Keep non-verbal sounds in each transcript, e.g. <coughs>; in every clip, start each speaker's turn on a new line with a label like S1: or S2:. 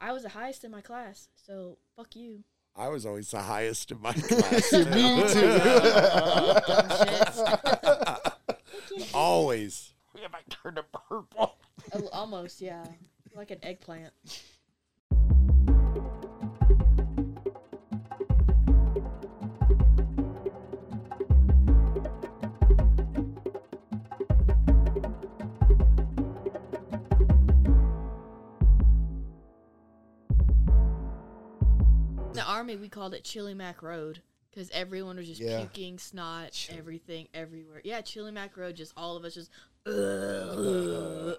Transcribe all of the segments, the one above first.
S1: I was the highest in my class, so fuck you.
S2: I was always the highest
S1: <laughs>
S2: in my class. too.
S3: Me too.
S1: <laughs>
S2: <laughs> always.
S4: If I turn to purple.
S1: Al- Almost, yeah, like an eggplant. In the army, we called it Chili Mac Road because everyone was just
S3: Yeah.
S1: puking, snot, everything, everywhere. Yeah, Chili Mac Road, just all of us just. "Ugh."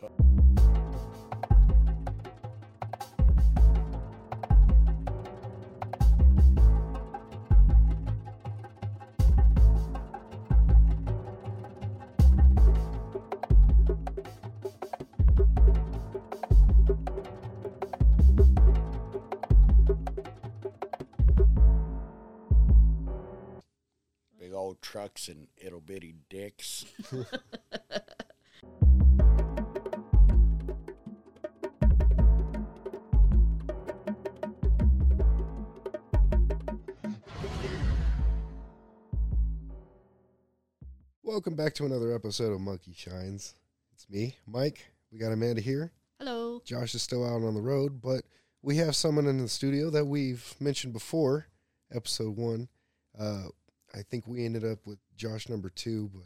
S2: Big old trucks and ittle bitty dicks.
S3: Welcome back to another episode of Monkey Shines. It's me, Mike. We got Amanda here.
S1: Hello.
S3: Josh is still out on the road, but we have someone in the studio that we've mentioned before, episode one. Uh, I think we ended up with Josh number two, but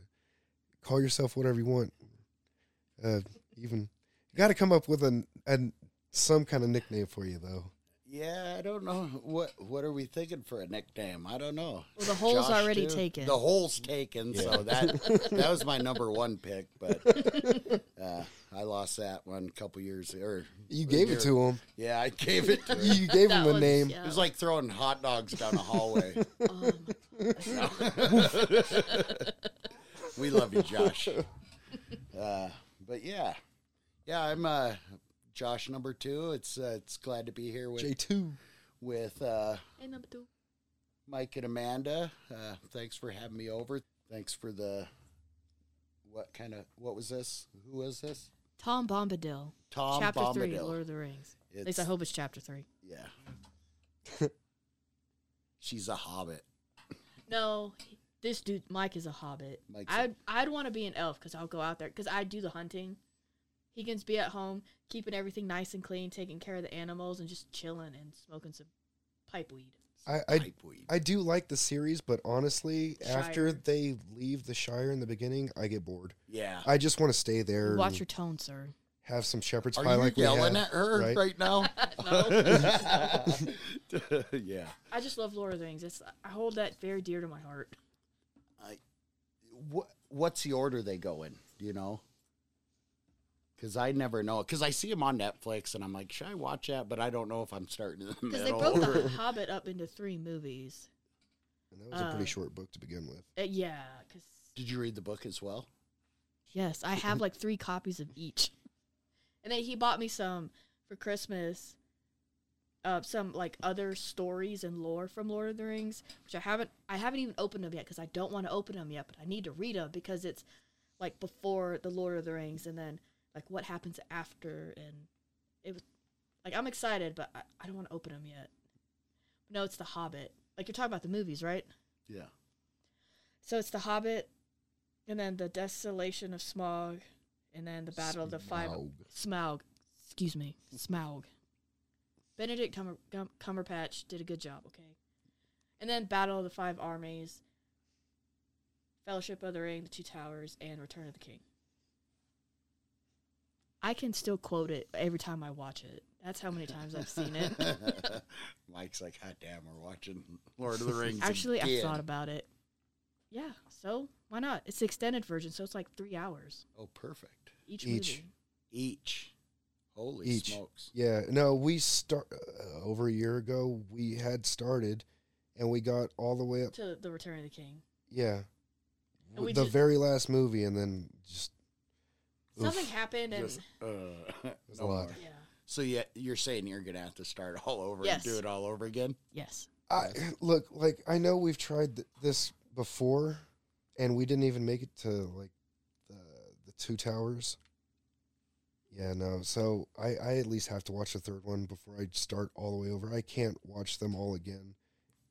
S3: call yourself whatever you want. Uh, even you got to come up with an, an some kind of nickname for you though.
S2: Yeah, I don't know what what are we thinking for a nickname. I don't know.
S1: Well, the hole's
S2: Josh,
S1: already
S2: too?
S1: taken.
S2: The hole's taken, so <laughs> that that was my number one pick,
S1: <laughs>
S2: but uh, I lost that one a couple years or
S3: You gave it to
S1: <laughs>
S3: him.
S2: yeah, I gave it to.
S3: You gave
S1: That
S3: him a
S1: was-
S3: name.
S1: yeah.
S2: It was like throwing hot dogs down a hallway.
S1: Um,
S2: <laughs> we love you, Josh. Uh, but yeah, yeah, I'm uh, Josh number two. It's uh, it's glad to be here with
S3: J two.
S2: with uh,
S1: hey, number two.
S2: Mike and Amanda. Uh, thanks for having me over. Thanks for the what kind of what was this? Who is this?
S1: Tom Bombadil.
S2: Tom
S1: chapter
S2: Bombadil.
S1: three, Lord of the Rings. At least I
S2: It's-
S1: hope it's chapter three.
S2: Yeah, she's a hobbit.
S1: No, he- this dude Mike is a hobbit.
S2: Mike's a-
S1: I'd I'd want to be an elf because I'll go out there because I do the hunting. He can be at home, keeping everything nice and clean, taking care of the animals, and just chilling and smoking some pipe weed.
S3: I, I
S2: Pipeweed.
S3: I do like the series, but honestly, after
S1: Shire.
S3: they leave the Shire in the beginning, I get bored.
S2: yeah.
S3: I just want to stay there.
S1: Watch
S3: and
S1: your tone, sir.
S3: have some shepherd's
S2: Are
S3: pie
S2: you
S3: like we
S2: yelling
S3: have,
S2: at her right,
S3: right?
S2: now?
S1: <laughs> No,
S3: <laughs>
S2: yeah.
S1: I just love Lord of the Rings. It's I hold that very dear to my heart.
S2: What What's the order they go in? Do you know? Because I never know. Because I see them on Netflix, and I'm like, should I watch that? But I don't know if I'm starting in the
S1: Because they
S2: middle.
S1: broke
S2: or- <laughs>
S1: the Hobbit up into three movies.
S3: And that was a pretty
S1: Uh,
S3: short book to begin with.
S1: Uh, yeah, because
S2: Did you read the book as well?
S1: Yes, I have like three copies of each. And then he bought me some for Christmas. Uh, some like other stories and lore from Lord of the Rings, which I haven't I haven't even opened them yet because I don't want to open them yet, but I need to read them because it's like before the Lord of the Rings and then like what happens after and it was like I'm excited, but I, I don't want to open them yet. No, it's The Hobbit. Like you're talking about the movies, right?
S2: Yeah.
S1: So it's the Hobbit, and then the Desolation of Smog, and then the Battle of the Five
S3: Smaug.
S1: Smaug. Excuse me, Smaug. Benedict Cumber- Cum- Cumberpatch did a good job. Okay, and then Battle of the Five Armies, Fellowship of the Ring, The Two Towers, and Return of the King. I can still quote it every time I watch it. That's how many times I've seen it.
S2: <laughs> Mike's like, hot damn, we're watching Lord of the Rings.
S1: Actually, I
S2: again."
S1: thought about it. Yeah, so why not? It's the extended version, so it's like three hours
S2: Oh, perfect.
S1: each.
S3: Each.
S1: movie.
S2: Each. Holy
S3: Each.
S2: smokes.
S3: Yeah, no, we start uh, over a year ago. We had started, and we got all the way up.
S1: to the Return of the King.
S3: Yeah,
S1: And we
S3: the
S1: ju-
S3: very last movie, and then just oof.
S1: Something happened, and
S2: Just, uh,
S3: was
S2: no
S3: a lot.
S2: more.
S1: yeah,
S2: So yeah, you're saying you're gonna have to start all over
S1: Yes.
S2: and do it all over again?
S1: yes,
S3: I look like I know we've tried th- this before, and we didn't even make it to like the the two towers. Yeah, no. So I, I at least have to watch the third one before I start all the way over. I can't watch them all again.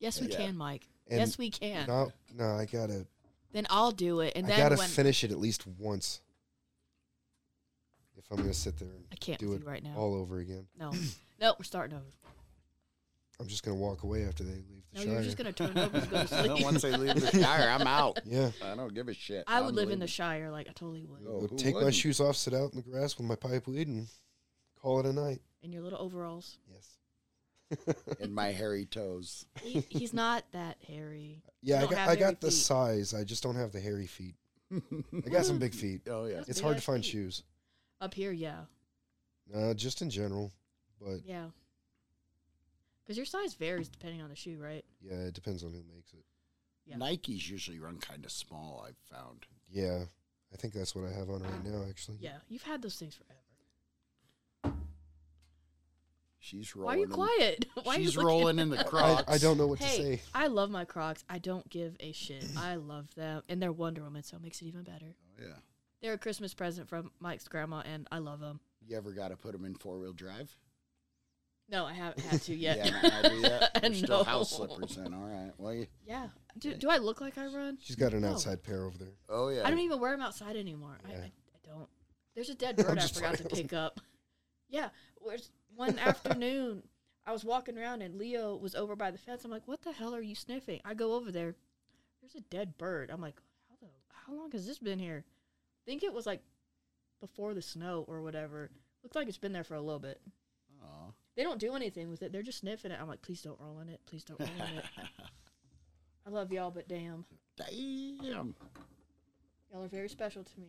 S1: Yes, we
S2: Yeah.
S1: can, Mike.
S3: And
S1: yes, we can.
S3: No, no, I gotta,
S1: then I'll do it, and
S3: I
S1: then
S3: gotta
S1: when
S3: finish it at least once. If I'm gonna sit there and
S1: I can't
S3: do
S1: do
S3: it
S1: it right now.
S3: all over again, <clears throat>
S1: no, no, we're starting over.
S3: I'm just gonna walk away after they leave the
S1: No,
S3: Shire.
S1: you're just gonna turn over and
S2: <laughs>
S3: <laughs>
S1: go to
S2: No,
S1: sleep.
S2: once they leave
S1: <laughs>
S2: the Shire, I'm out.
S3: Yeah,
S2: I don't give a shit.
S1: I would
S2: I'm
S1: live in the
S2: leaving.
S1: Shire, like I totally would,
S2: Oh,
S3: Go
S2: who
S3: take my
S2: wouldn't?
S3: shoes off, sit out in the grass with my pipe weed, and call it a night.
S1: in your little overalls.
S3: Yes.
S2: in my
S1: <laughs>
S2: hairy toes. <laughs>
S1: He, he's not that hairy.
S3: Yeah, I
S1: don't
S3: got,
S1: have
S3: I
S1: hairy
S3: got the
S1: feet.
S3: size. I just don't have the hairy feet. I got some
S1: Mm.
S3: big feet.
S2: Oh yeah.
S1: That's
S3: It's
S1: big
S3: hard to
S1: ass
S3: find
S1: feet.
S3: shoes.
S1: Up here, yeah,
S3: Uh, just in general, but
S1: yeah. Because your size varies depending on the shoe, right?
S3: yeah, it depends on who makes it.
S1: Yeah.
S2: Nikes usually run kind of small. I've found.
S3: Yeah, I think that's what I have on right now, actually.
S1: Yeah, you've had those things forever.
S2: She's
S1: Why
S2: rolling.
S1: are you
S2: in-
S1: quiet? <laughs> Why
S2: she's
S1: are you looking-
S2: rolling in the
S3: I,
S2: Crocs.
S3: I don't know what to
S1: Hey,
S3: say.
S1: I love my Crocs. I don't give a shit. I love them, and they're Wonder Woman, so it makes it even better.
S2: Oh, Yeah.
S1: They're a Christmas present from Mike's grandma, and I love them.
S2: You ever got to put them in four wheel drive?
S1: No, I haven't had
S2: <laughs>
S1: to yet.
S2: Yeah, I do that.
S1: <laughs>
S2: They're still
S1: No.
S2: house slippers then. All right. Well, you,
S1: Yeah. Do, do I look like I run?
S3: She's got an
S1: No.
S3: outside pair over there.
S2: oh yeah.
S1: I don't even wear them outside anymore. I, I,
S3: Yeah.
S1: I don't. There's a
S3: <laughs>
S1: dead bird I
S3: just
S1: forgot to pick up. Yeah. Where's one afternoon, I was walking around and Leo was over by the fence. I'm like, what the hell are you sniffing? I go over there. There's a dead bird. I'm like, how the how long has this been here? think it was like before the snow or whatever. Looks like it's been there for a little bit.
S2: Aw.
S1: They don't do anything with it. They're just sniffing it. I'm like, please don't roll on it. Please don't roll on
S3: <laughs>
S1: it. I love y'all, but damn, e
S2: Damn.
S1: y'all are very special to me.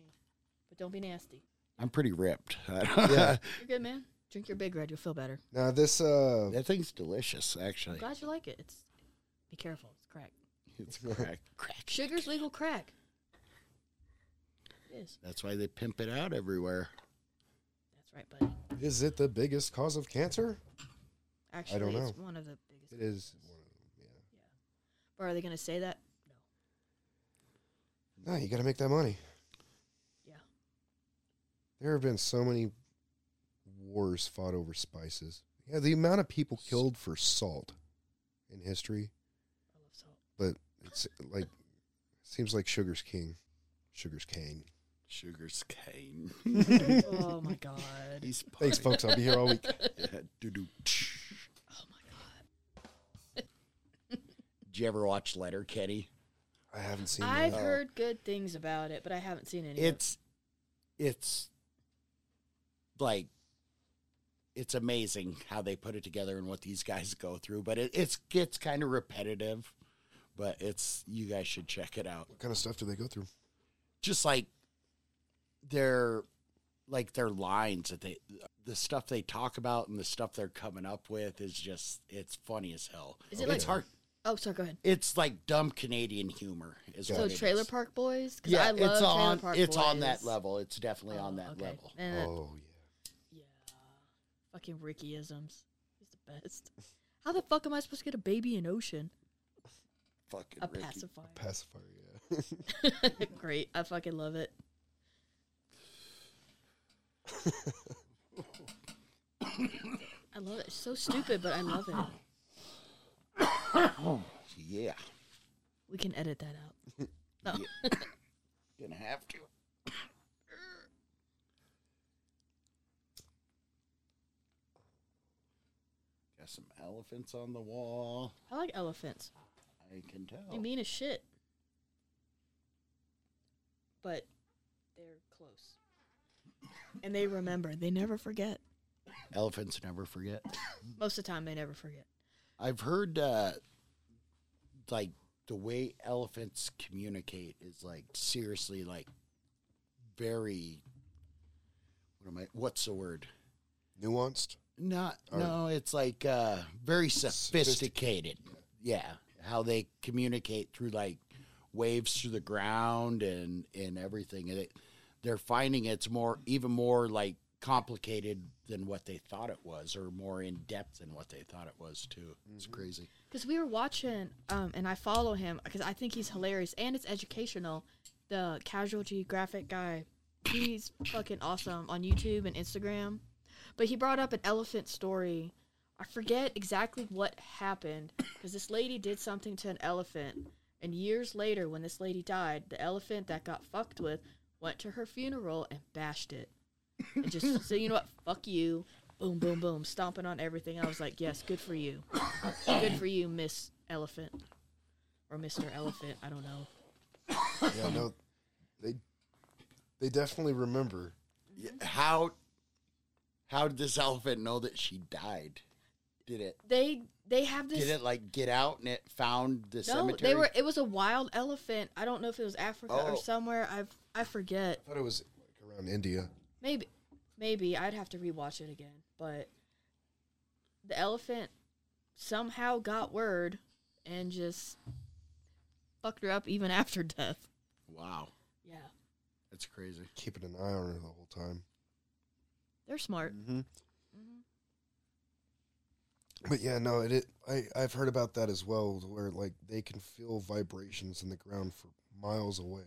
S1: But don't be nasty.
S2: I'm pretty ripped. <laughs>
S3: Yeah.
S1: You're good, man. Drink your big red. You'll feel better.
S3: Now this uh
S2: that thing's delicious,
S1: I'm
S2: actually.
S1: glad you like it. It's be careful. It's crack.
S2: It's crack. crack.
S1: Sugar's legal crack. It is.
S2: That's why they pimp it out everywhere.
S1: That's right, buddy.
S3: is it the biggest cause of cancer?
S1: Actually, it's one of the biggest.
S3: It is.
S1: Or are they going to say that? No.
S3: No, you got to make that money.
S1: Yeah.
S3: There have been so many wars fought over spices. Yeah, the amount of people killed for salt in history,
S1: I love salt.
S3: but it's like seems like sugar's king, sugar's king.
S2: Sugar's
S3: <laughs>
S2: cane. <laughs>
S1: oh my god.
S2: He's <laughs>
S3: Thanks,
S2: putty.
S3: folks. I'll be here all week.
S2: Yeah, doo-doo.
S1: Oh my god. <laughs>
S2: Did you ever watch Letter Kenny?
S3: I haven't seen.
S1: I've
S3: that.
S1: heard good things about it, but I haven't seen any. of it.
S2: It's it's like it's amazing how they put it together and what these guys go through, but it it's gets kind of repetitive. But it's you guys should check it out.
S3: What kind of stuff do they go through?
S2: just like their like their lines that they the stuff they talk about and the stuff they're coming up with is just it's funny as hell.
S1: Is it
S2: it's
S1: like-
S2: hard.
S1: Oh, sorry. Go ahead.
S2: It's like dumb Canadian humor. Is
S1: So
S2: what it
S1: Trailer
S2: is.
S1: Park Boys. 'Cause
S2: Yeah,
S1: I love
S2: it's
S1: Trailer
S2: on
S1: Park
S2: it's on that
S1: Boys.
S2: level. It's definitely on
S1: Oh,
S2: that
S1: okay.
S2: level.
S1: And that-
S3: Oh yeah.
S1: Yeah. Fucking Rickyisms. He's the best. How the fuck am I supposed to get a baby in ocean?
S2: Fucking
S1: A
S2: Ricky.
S1: pacifier.
S3: Pacifier. Yeah. <laughs>
S1: Great. I fucking love <laughs> it. I love it. It's so stupid, but I love it.
S2: Yeah,
S1: We can edit that out.
S2: gonna have to. Got some elephants on the wall.
S1: I like elephants.
S2: I can tell.
S1: They mean as shit. But they're close. And they remember. They never forget.
S2: Elephants never forget.
S1: Most of the time, they never forget.
S2: I've heard uh, like the way elephants communicate is like seriously like very what am I what's the word?
S3: Nuanced.
S2: Not
S3: Or-
S2: no, it's like uh very
S3: Sophisticated.
S2: sophisticated. Yeah. How they communicate through like waves through the ground and and everything. And it, they're finding it's more even more like complicated than what they thought it was or more in depth than what they thought it was too. It's crazy.
S1: Because we were watching, um, and I follow him because I think he's hilarious and it's educational. The Casual Geographic guy, he's fucking awesome on YouTube and Instagram. But he brought up an elephant story. I forget exactly what happened because this lady did something to an elephant. And years later, when this lady died, the elephant that got fucked with went to her funeral and bashed it. And just so you know what, fuck you. Boom, boom, boom, stomping on everything. I was like, yes, good for you. Good for you, Miss Elephant. Or Mr. Elephant. I don't know.
S3: Yeah, no, they they definitely remember.
S2: Yeah, How how did this elephant know that she died? Did it
S1: They they have this
S2: did it like get out and it found the
S1: No,
S2: cemetery?
S1: they were. It was a wild elephant. I don't know if it was Africa
S2: Oh.
S1: or somewhere. I I forget.
S3: I thought it was like around India.
S1: Maybe maybe I'd have to rewatch it again. But the elephant somehow got word and just fucked her up even <laughs> after death.
S2: wow,
S1: Yeah,
S2: that's crazy.
S3: Keeping an eye on her the whole time.
S1: they're smart.
S3: But yeah, no, it, it I I've heard about that as well, where like they can feel vibrations in the ground for miles away.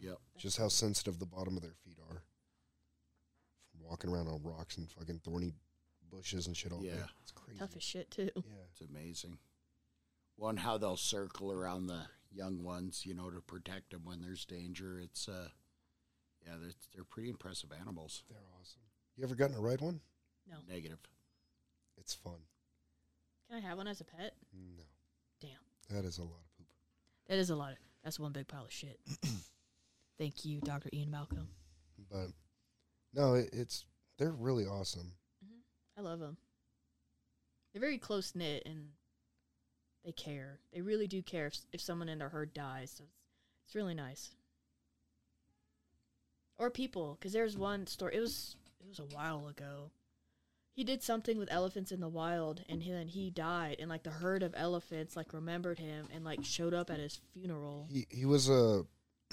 S2: Yep.
S3: Just how sensitive the bottom of their feet are from walking around on rocks and fucking thorny bushes and shit all day.
S2: Yeah.
S3: It's crazy.
S1: Tough as shit too.
S3: Yeah.
S2: It's amazing. One, how they'll circle around the young ones, you know, to protect them when there's danger. It's, uh, yeah, they're, they're pretty impressive animals.
S3: They're awesome. You ever gotten a ride one?
S1: No,
S2: Negative.
S3: It's fun.
S1: can I have one as a pet?
S3: No.
S1: Damn,
S3: That is a lot of poop.
S1: that is a lot. Of, that's one big pile of shit. Thank you, Doctor Ian Malcolm.
S3: But no, it, it's they're really awesome.
S1: I love them. They're very close knit and they care. They really do care if, if someone in their herd dies. So it's, it's really nice. Or people, because there's one story. It was it was a while ago. He did something with elephants in the wild, and then he died. And like the herd of elephants like remembered him and like showed up at his funeral.
S3: He he was a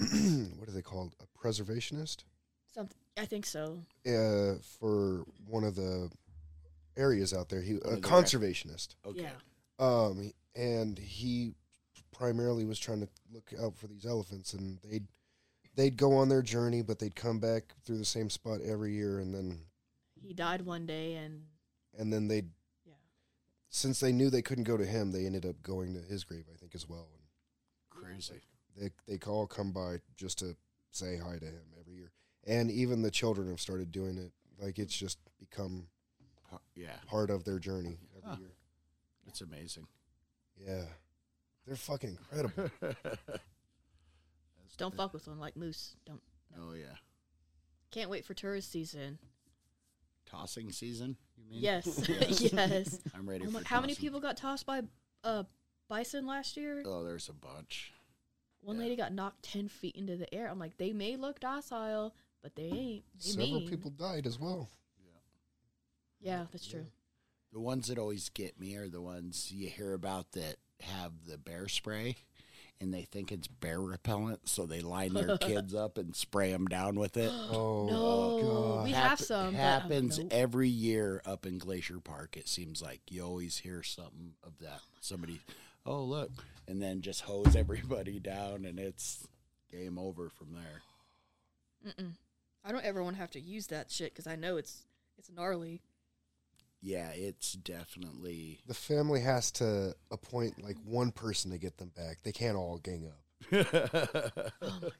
S3: <clears throat> what are they called? A preservationist.
S1: Something I think so.
S3: uh, for one of the areas out there. He
S2: One
S3: a
S2: of the
S3: conservationist,
S2: Okay.
S1: Yeah.
S3: um, and he primarily was trying to look out for these elephants, and they'd they'd go on their journey, but they'd come back through the same spot every year, and then
S1: He died one day, and
S3: and then they
S1: yeah,
S3: since they knew they couldn't go to him, they ended up going to his grave, I think, as well.
S2: Crazy.
S3: And they they all come by just to say hi to him every year, and even the children have started doing it. Like it's just become
S2: Pa- Yeah.
S3: part of their journey every
S2: Huh.
S3: year.
S2: It's amazing.
S3: Yeah. They're fucking incredible.
S1: don't fuck with one like moose. Don't
S2: Oh, yeah.
S1: can't wait for tourist season.
S2: Tossing season, you mean? <laughs>
S1: Yes, <laughs>
S2: Yeah.
S1: yes.
S2: I'm ready
S1: Oh
S2: for
S1: my- how many
S2: tossing.
S1: people got tossed by uh, bison last year?
S2: Oh, there's a bunch.
S1: One
S2: yeah.
S1: lady got knocked ten feet into the air. I'm like, they may look docile, but they ain't. They
S3: Several
S1: mean.
S3: people died as well.
S1: <gasps> Yeah, that's
S2: <gasps>
S1: true.
S2: The ones that always get me are the ones you hear about that have the bear spray and they think it's bear repellent, so they
S1: <laughs>
S2: line their kids up and spray them down with it.
S3: Oh,
S1: <gasps> no,
S3: God.
S1: we
S2: Happen-
S1: have some. but, um,
S2: Happens e-
S1: nope.
S2: every year up in Glacier Park. It seems like you always hear something of that. Somebody, oh look, and then just hose <laughs> everybody down, and it's game over from there.
S1: Mm-mm. I don't ever want to have to use that shit because I know it's it's gnarly.
S2: Yeah, it's definitely. <laughs>
S3: The family has to appoint like one person to get them back. They can't all gang up.
S1: Oh my god,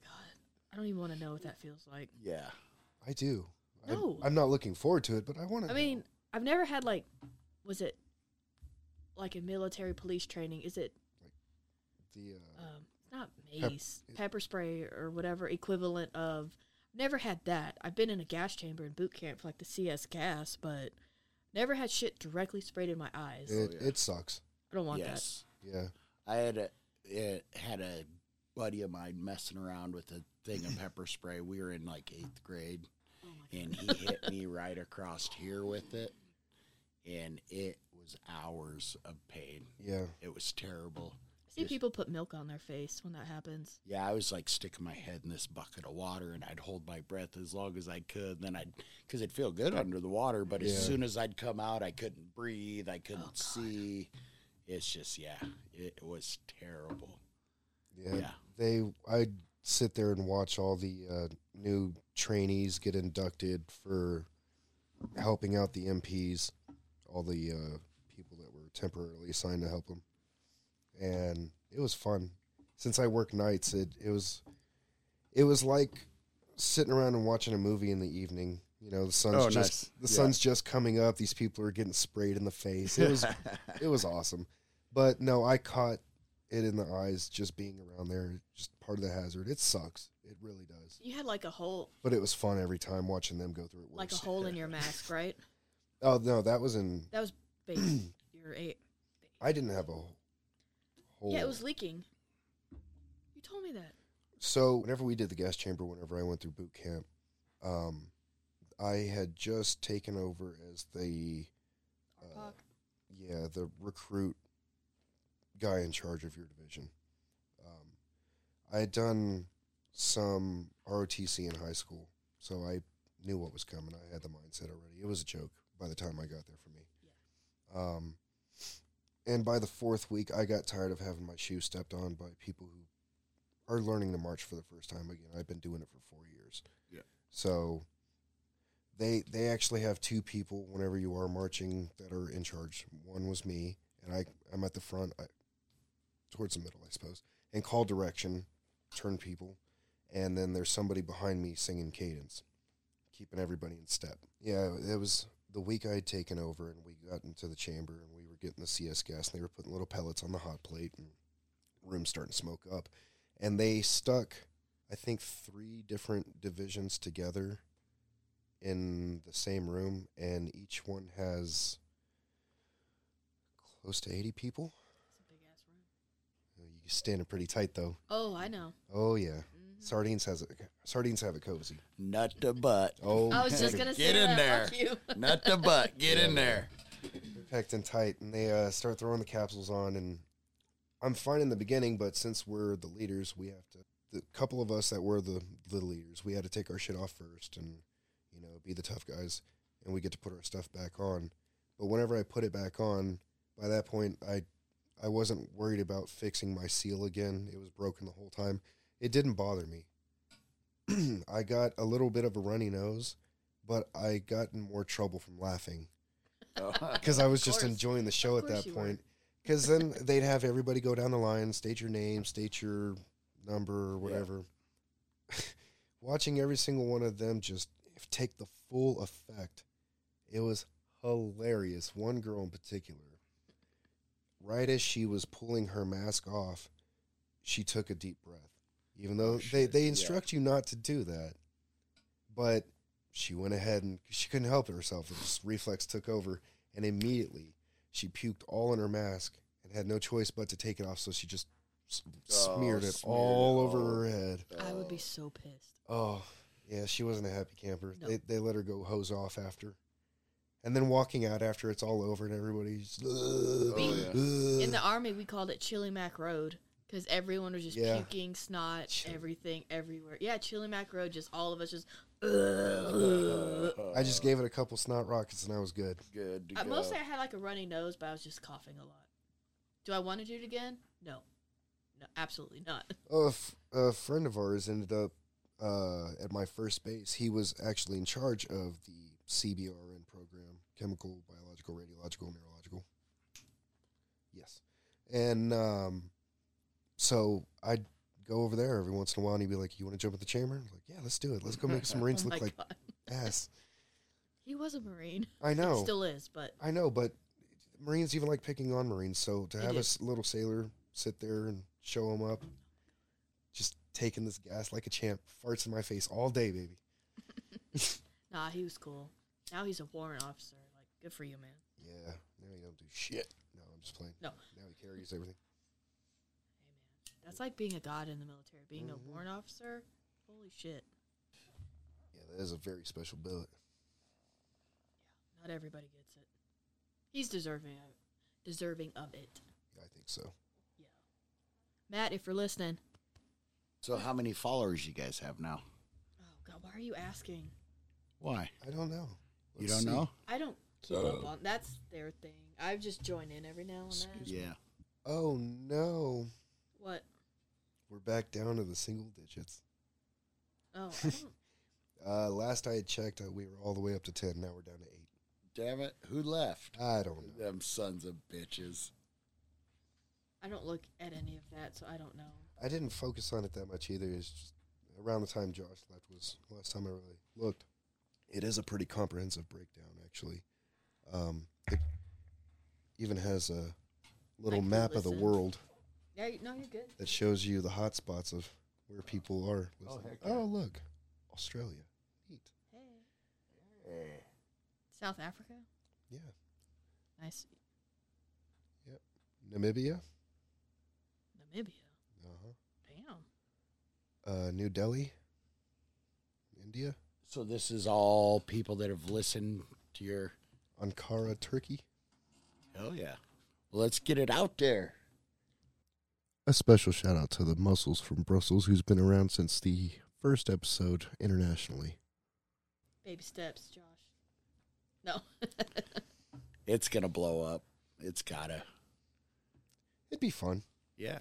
S1: I don't even want to know what that feels like.
S2: yeah,
S3: I do. I-
S1: No.
S3: I'm not looking forward to it, but I want to.
S1: I mean, I've never had like, was it like a military police training? Is it
S3: the uh,
S1: um, not
S3: Pep-
S1: mace, pepper spray or whatever equivalent of. Never had that. I've been in a gas chamber in boot camp for like the CS gas, but never had shit directly sprayed in my eyes.
S3: it,
S2: yeah.
S3: it sucks.
S1: I don't want
S2: yes.
S3: Yeah.
S2: I had a it had a buddy of mine messing around with a thing of pepper spray. We were in like eighth grade, and he hit me right across here with it, and it was hours of pain.
S3: Yeah.
S2: It was terrible.
S1: that. I see
S2: Yes.
S1: people put milk on their face when that happens.
S2: Yeah, I was like sticking my head in this bucket of water, and I'd hold my breath as long as I could. Then I'd, because it'd feel good under the water, but
S3: Yeah.
S2: as soon as I'd come out, I couldn't breathe. I couldn't see. It's just yeah, it was terrible.
S3: Yeah.
S2: Yeah.
S3: They, I'd sit there and watch all the uh, new trainees get inducted for helping out the MPs, all the uh, people that were temporarily assigned to help them, and it was fun. Since I work nights, it it was it was like sitting around and watching a movie in the evening. You know, the sun's
S5: Oh,
S3: just
S5: nice.
S3: the
S5: Yeah.
S3: sun's just coming up. These people are getting sprayed in the face. It
S5: <laughs>
S2: <laughs>
S3: was it was awesome. But no, I caught it in the eyes just being around there, just part of the hazard. It sucks. It really does.
S1: You had like a hole,
S3: But it was fun every time watching them go through it.
S1: like a
S3: worse.
S1: hole in your
S3: <laughs>
S1: mask, right?
S3: Oh no, that was in.
S1: That was
S3: <clears throat>
S1: base. Your eight.
S3: I didn't have a hole.
S1: Yeah, it was leaking. You told me that.
S3: so whenever we did the gas chamber, whenever I went through boot camp, um, I had just taken over as the uh, yeah the recruit guy in charge of your division. Um, I had done some ROTC in high school, so I knew what was coming. I had the mindset already. It was a joke by the time I got there for me. Um, and by the fourth week, I got tired of having my shoes stepped on by people who are learning to march for the first time again. I've been doing it for four years.
S5: Yeah.
S3: So they they actually have two people whenever you are marching that are in charge. One was me, and I I'm at the front, I, towards the middle, I suppose, and call direction, turn people, and then there's somebody behind me singing cadence, keeping everybody in step. Yeah, it was the week I had taken over, and we got into the chamber, and we were getting the CS gas, and they were putting little pellets on the hot plate, and room starting to smoke up and they stuck i think three different divisions together in the same room and each one has close to 80 people
S1: It's a big ass room.
S3: you standing pretty tight though
S1: Oh, I know.
S3: oh yeah
S1: Mhm.
S3: sardines has it sardines have it cozy
S2: Nut to butt.
S3: oh
S1: I was just
S3: pretty
S1: gonna say
S2: Get in
S1: that.
S2: there.
S1: Fuck you.
S2: Nut to butt. Get in there. <laughs>
S3: packed in tight and they uh, start throwing the capsules on and i'm fine in the beginning but since we're the leaders we have to the couple of us that were the, the leaders we had to take our shit off first and you know be the tough guys and we get to put our stuff back on but whenever i put it back on by that point i i wasn't worried about fixing my seal again it was broken the whole time it didn't bother me <clears throat> i got a little bit of a runny nose but i got in more trouble from laughing <laughs> because I was just
S1: course.
S3: enjoying the show
S1: Of
S3: at
S1: course
S3: that
S1: you were.
S3: point. Because then they'd have everybody go down the line, state your name, state your number, or whatever. <laughs> Watching every single one of them just take the full effect, it was hilarious. One girl in particular, right as she was pulling her mask off, she took a deep breath. Even
S1: Oh,
S3: though they,
S2: shit,
S3: they
S2: yeah.
S3: instruct you not to do that, but she went ahead and she couldn't help it herself. This reflex took over, and immediately she puked all in her mask and had no choice but to take it off. So she just s-
S2: Oh,
S3: smeared it
S2: smeared it
S3: all over
S2: all
S3: her head.
S1: I would be so pissed.
S3: Oh, yeah, she wasn't a happy camper.
S1: No.
S3: They, they let her go hose off after. And then walking out after it's all over and everybody's Oh,
S1: Being-
S3: "Ugh,
S1: In the
S3: ugh."
S1: army, we called it Chili Mac Road because everyone was just
S3: Yeah.
S1: puking, snot,
S3: Chili.
S1: everything, everywhere. Yeah, Chili Mac Road, just all of us just. Uh,
S3: I just gave it a couple snot rockets and I was good.
S2: Good. To
S1: I,
S2: go.
S1: mostly, I had like a runny nose, but I was just coughing a lot. Do I want to do it again? No, no, absolutely not. <laughs>
S3: A, f- a friend of ours ended up uh, at my first base. He was actually in charge of the CBRN program chemical, biological, radiological, neurological. Yes. And um, so I'd go over there every once in a while and he'd be like, You want to jump at the chamber? I'm like, Yeah, let's do it. Let's go make some Marines
S1: oh my
S3: look like
S1: god,
S3: ass.
S1: he was a marine.
S3: I know.
S1: Still is, but
S3: I know, but Marines even like picking on Marines. So to
S1: They
S3: have a
S1: do.
S3: s- little sailor sit there and show him up, just taking this gas like a champ, farts in my face all day, baby.
S1: nah, he was cool. Now he's a warrant officer. Like, good for you, man.
S3: Yeah, now you don't do shit. No, I'm just playing.
S1: No.
S3: now he carries everything.
S1: Amen. That's like being a god in the military. Being
S3: Mhm.
S1: a warrant officer, holy shit.
S3: Yeah, that is a very special billet.
S1: Not everybody gets it. He's deserving of deserving of it.
S3: I think so.
S1: Yeah. Matt, if you're listening.
S2: So, how many followers you guys have now?
S1: Oh god, why are you asking?
S2: Why?
S3: I don't know.
S2: you
S3: Let's
S2: don't
S3: see.
S2: know?
S1: I don't keep up on that's their thing. I just join in every now and then.
S2: Yeah.
S3: Oh no,
S1: What?
S3: we're back down to the single digits.
S1: Oh, I don't
S3: Uh, last I had checked, uh, we were all the way up to ten. Now we're down to eight.
S2: Damn it. Who left?
S3: I don't know.
S2: Them sons of bitches.
S1: I don't look at any of that, so I don't know.
S3: I didn't focus on it that much either. It's just around the time Josh left was last time I really looked. It is a pretty comprehensive breakdown, actually. Um, it even has a little
S1: could
S3: map of the
S1: listen.
S3: world
S1: Yeah, you- no, you're good.
S3: that shows you the hot spots of where people are.
S2: Oh,
S3: listening.
S2: heck yeah.
S3: oh look, Australia. Neat.
S1: Hey. South Africa,
S3: Yeah.
S1: nice.
S3: Namibia.
S1: Namibia,
S3: Uh-huh.
S1: damn.
S3: Uh, New Delhi. India.
S2: So this is all people that have listened to your.
S3: Ankara, Turkey.
S2: Oh, yeah. Let's get it out there.
S3: A special shout out to the Muscles from Brussels, who's been around since the first episode internationally.
S1: Baby steps, Josh. No, <laughs>
S2: It's going to blow up. It's got to.
S3: It'd be fun.
S2: Yeah.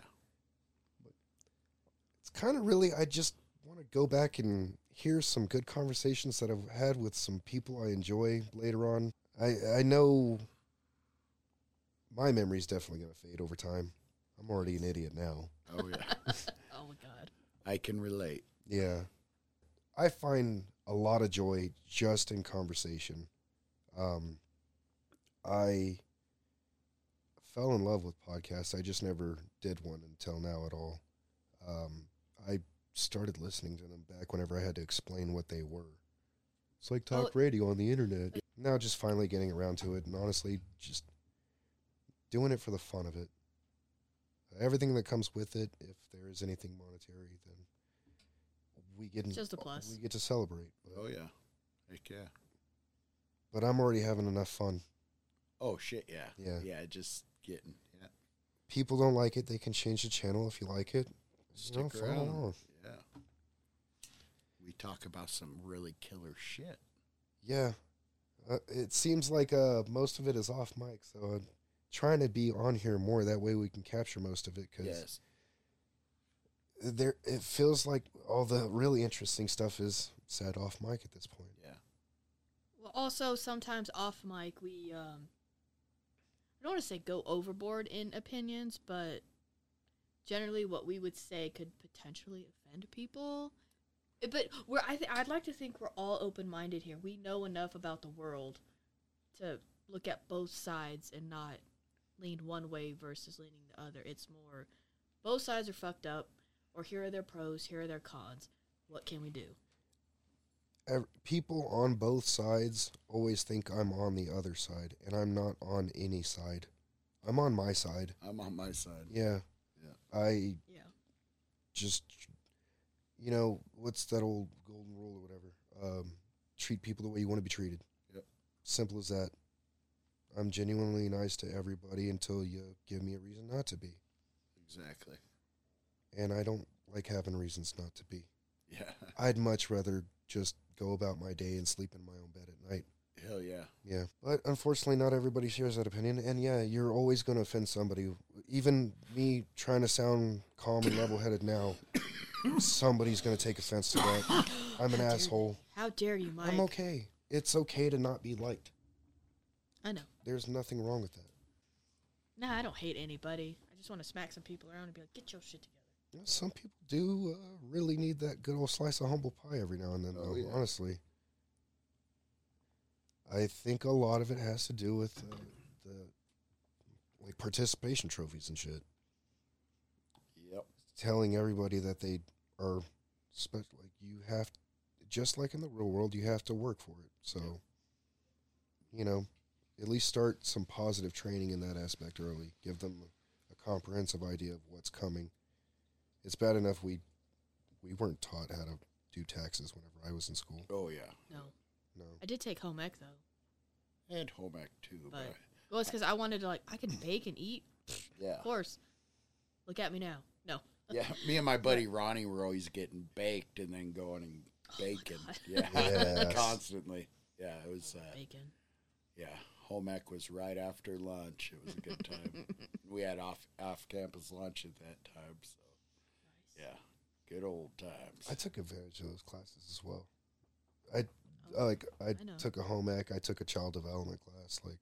S3: It's kind of really, I just want to go back and hear some good conversations that I've had with some people I enjoy later on. I, I know my memory's definitely going to fade over time. I'm already an idiot now.
S2: Oh, yeah. <laughs>
S1: oh my god.
S2: I can relate.
S3: Yeah. I find a lot of joy just in conversation. Um, I fell in love with podcasts. I just never did one until now at all. Um, I started listening to them back whenever I had to explain what they were. It's like talk radio on the internet. Now just finally getting around to it and honestly just doing it for the fun of it. Everything that comes with it, if there is anything monetary, then we get
S1: Just a plus.
S3: We get to celebrate. But,
S2: Oh, yeah. Heck, yeah.
S3: but I'm already having enough fun.
S2: Oh, shit. Yeah.
S3: Yeah.
S2: Yeah. Just getting. Yeah.
S3: People don't like it; they can change the channel if you like it. You know,
S2: Stick
S3: follow
S2: around.
S3: along.
S2: Yeah. We talk about some really killer shit.
S3: Yeah, uh, it seems like uh, most of it is off mic, so I'm trying to be on here more. That way, we can capture most of it because
S2: Yes.
S3: there it feels like all the really interesting stuff is said off mic at this point.
S2: Yeah.
S1: Well, also sometimes off mic we um, I don't want to say go overboard in opinions, but generally what we would say could potentially offend people. Eh, But we're I th- I'd like to think we're all open minded here. We know enough about the world to look at both sides and not lean one way versus leaning the other. It's more both sides are fucked up, or here are their pros, here are their cons. What can we do?
S3: Ev- people on both sides always think I'm on the other side, and I'm not on any side. I'm on my side.
S2: I'm on my side.
S3: Yeah.
S2: Yeah.
S3: I
S1: Yeah.
S3: just you know what's that old golden rule or whatever um, treat people the way you want to be treated
S2: Yep.
S3: simple as that i'm genuinely nice to everybody until you give me a reason not to be
S2: Exactly. <laughs>
S3: and i don't like having reasons not to be
S2: Yeah.
S3: i'd much rather just go about my day and sleep in my own bed at night
S2: Hell yeah.
S3: yeah but unfortunately not everybody shares that opinion and yeah you're always going to offend somebody even me trying to sound calm and level-headed now somebody's going to take offense to that I'm an
S1: How dare-
S3: asshole.
S1: How dare you, Mike?
S3: I'm okay. It's okay to not be liked.
S1: I know.
S3: There's nothing wrong with that.
S1: Nah, I don't hate anybody. I just want to smack some people around and be like, get your shit together.
S3: You know, some people do uh, really need that good old slice of humble pie every now and then,
S2: Oh,
S3: though,
S2: yeah.
S3: honestly. I think a lot of it has to do with uh, the like participation trophies and shit.
S2: Yep.
S3: Telling everybody that they are special. Like you have, just like in the real world, you have to work for it. So, you know, at least start some positive training in that aspect early. Give them a comprehensive idea of what's coming. It's bad enough we we weren't taught how to do taxes whenever I was in school.
S2: Oh yeah.
S1: No.
S3: No,
S1: I did take home ec, though.
S2: And home ec too. But,
S1: But, well, it's because I wanted to, like, I can bake and eat.
S2: yeah.
S1: Of course. Look at me now. No.
S2: Yeah. Me and my buddy Ronnie were always getting baked and then going and baking.
S1: God.
S2: yeah.
S3: Yes.
S2: Constantly. Yeah. It was. Uh,
S1: Bacon.
S2: yeah. Home ec was right after lunch. It was a good time. we had off off campus lunch at that time. So
S1: Nice.
S2: yeah. Good old
S3: I
S2: times.
S3: took advantage of those classes as well. I, like I,
S1: know.
S3: took a home ec, I took a child development class, like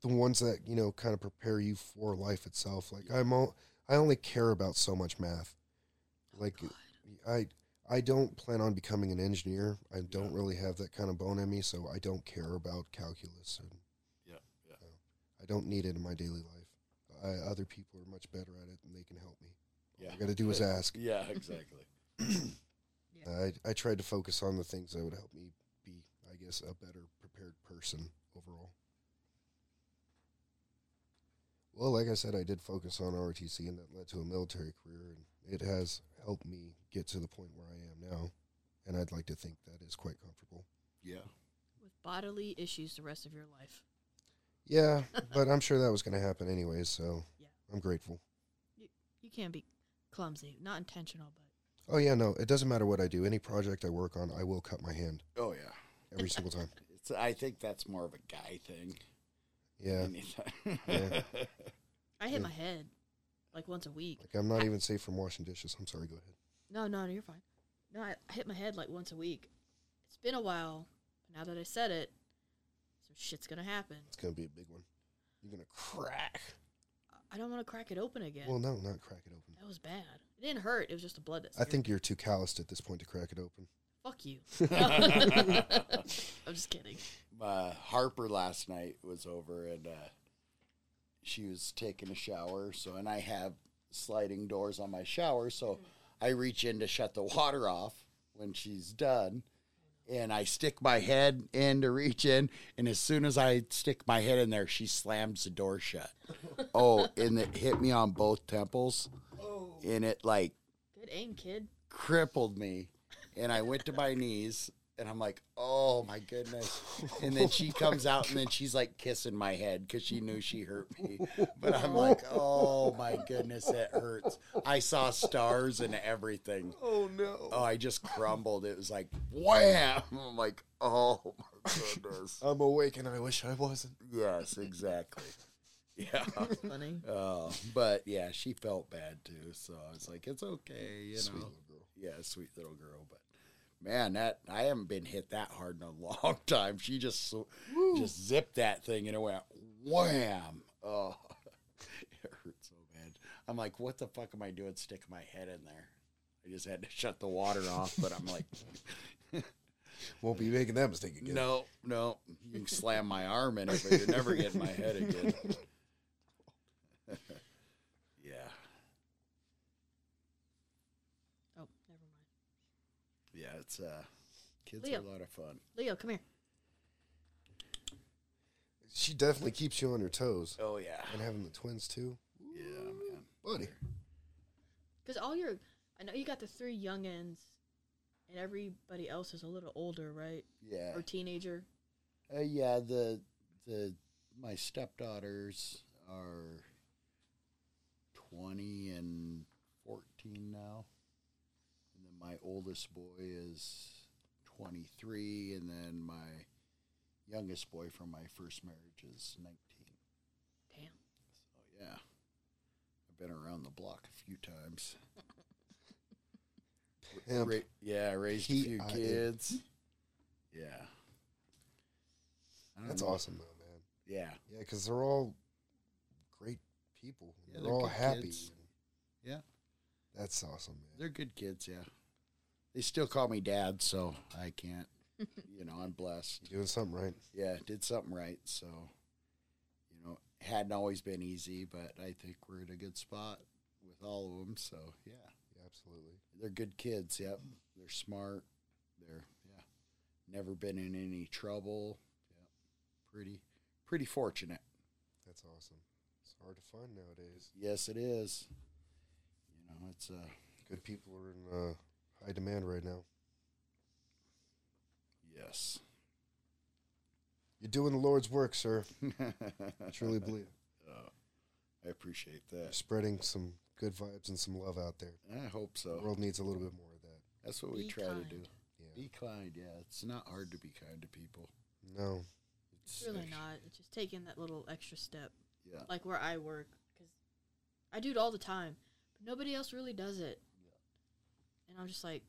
S3: the ones that you know kind of prepare you for life itself. Like I'm all, I only care about so much math. Like
S1: Oh, God.
S3: I I don't plan on becoming an engineer. I don't really have that kind of bone in me, so I don't care about calculus and
S2: Yeah, yeah.
S3: I don't need it in my daily life. I, other people are much better at it, and they can help me.
S2: Yeah. <laughs>
S3: All I got to do is ask.
S2: Yeah,
S3: <laughs>
S2: exactly.
S3: I, I tried to focus on the things that would help me be, I guess, a better prepared person overall. Well, like I said, I did focus on ROTC, and that led to a military career, and it has helped me get to the point where I am now. And I'd like to think that is quite comfortable.
S2: Yeah.
S1: With bodily issues the rest of your life.
S3: Yeah, but I'm sure that was going to happen anyway, so
S1: Yeah.
S3: I'm grateful.
S1: You can be clumsy, not intentional, but
S3: Oh, yeah, no, it doesn't matter what I do. Any project I work on, I will cut my hand
S2: Oh yeah.
S3: every single time.
S2: It's, I think that's more of a guy thing.
S3: Yeah.
S2: Anything.
S3: Yeah.
S2: <laughs>
S1: I hit
S3: Yeah.
S1: my head like once a week.
S3: Like, I'm not even safe from washing dishes. I'm sorry, go ahead.
S1: No, no, no, you're fine. No, I, I hit my head like once a week. It's been a while. But now that I said it, some shit's gonna happen.
S3: It's gonna be a big one. You're gonna crack.
S1: I- I don't want to crack it open again.
S3: Well, no, not crack it open.
S1: that was bad. It didn't hurt. It was just a blood. That
S3: I
S1: smeared.
S3: think you're too calloused at this point to crack it open.
S1: Fuck
S3: <laughs>
S1: you. <laughs> I'm just kidding.
S2: uh, Harper last night was over and uh, she was taking a shower. So, and I have sliding doors on my shower. So I reach in to shut the <laughs> water off when she's done. And I stick my head in to reach in. And as soon as I stick my head in there, she slams the door shut. oh, and it hit me on both temples. And it like
S1: Good aim, kid.
S2: crippled me and I went to my knees and I'm like, oh my goodness. And then she comes out and then she's like kissing my head because she knew she hurt me. But I'm like, oh my goodness, it hurts. I saw stars and everything.
S3: Oh no!
S2: Oh, I just crumbled. It was like, wham. I'm like, oh my goodness.
S3: I'm awake and I wish I wasn't.
S2: Yes, exactly. Yeah.
S1: Funny.
S2: Oh, but yeah, she felt bad too. So I was like, it's okay. You
S3: Sweet
S2: know,
S3: little girl.
S2: yeah, sweet little girl. But man, that I haven't been hit that hard in a <laughs> long time. She just sw- just zipped that thing and it went wham. Oh, <laughs> it hurt so bad. I'm like, what the fuck am I doing? Sticking my head in there. I just had to <laughs> shut the water off, but I'm
S3: <laughs>
S2: like,
S3: Won't be making that mistake again.
S2: no, no, you can slam my arm in it, but you're never getting my head
S3: <laughs>
S2: again. <laughs> yeah,
S1: Oh, never mind.
S2: yeah, it's uh, kids
S1: Leo.
S2: are a lot of fun.
S1: Leo, come here.
S3: She definitely keeps you on your toes.
S2: Oh yeah,
S3: And having the twins too,
S2: yeah, man.
S3: buddy.
S1: Because all your, I know you got the three youngins, and everybody else is a little older, right?
S2: Yeah.
S1: Or teenager.
S2: Uh, yeah, the the my stepdaughters are twenty and fourteen now, and then my oldest boy is twenty three, and then my youngest boy from my first marriage is nineteen.
S1: Damn.
S2: So yeah, I've been around the block a few times.
S3: Pimp.
S2: Ra- yeah, I raised a few
S3: P.I.M..
S2: kids. Yeah, I don't
S3: That's
S2: know.
S3: awesome though, man.
S2: Yeah,
S3: Yeah, because they're all great people.
S2: Yeah,
S3: they're,
S2: they're
S3: all
S2: good
S3: happy.
S2: kids. yeah.
S3: That's awesome, man.
S2: They're good kids, yeah. They still call me dad, so I
S3: <laughs>
S2: can't. you know, I'm blessed.
S3: You're doing something right.
S2: Yeah, did something right, so you know, hadn't always been easy, but I think we're in a good spot with all of them. So yeah,
S3: Yeah, absolutely.
S2: they're good kids. Yep, they're smart. They're yeah, never been in any trouble. Yep, pretty pretty fortunate.
S3: That's awesome. It's hard to find nowadays.
S2: Yes, it is. You know, it's uh
S3: Good people are in uh, high demand right now.
S2: yes. <laughs>
S3: You're doing the Lord's work, sir. I
S2: <laughs>
S3: truly believe. it.
S2: Uh, I appreciate
S3: You're
S2: that.
S3: spreading some good vibes and some love out there.
S2: I hope so.
S3: The world needs a little bit more of that.
S2: That's what we
S1: Be
S2: try
S1: kind.
S2: to do.
S3: Yeah.
S2: Be kind, yeah. It's not hard to be kind to people.
S3: No.
S1: It's really not. It's just taking that little extra step,
S2: Yeah.
S1: like where I work, because I do it all the time, but nobody else really does it. And I'm just like,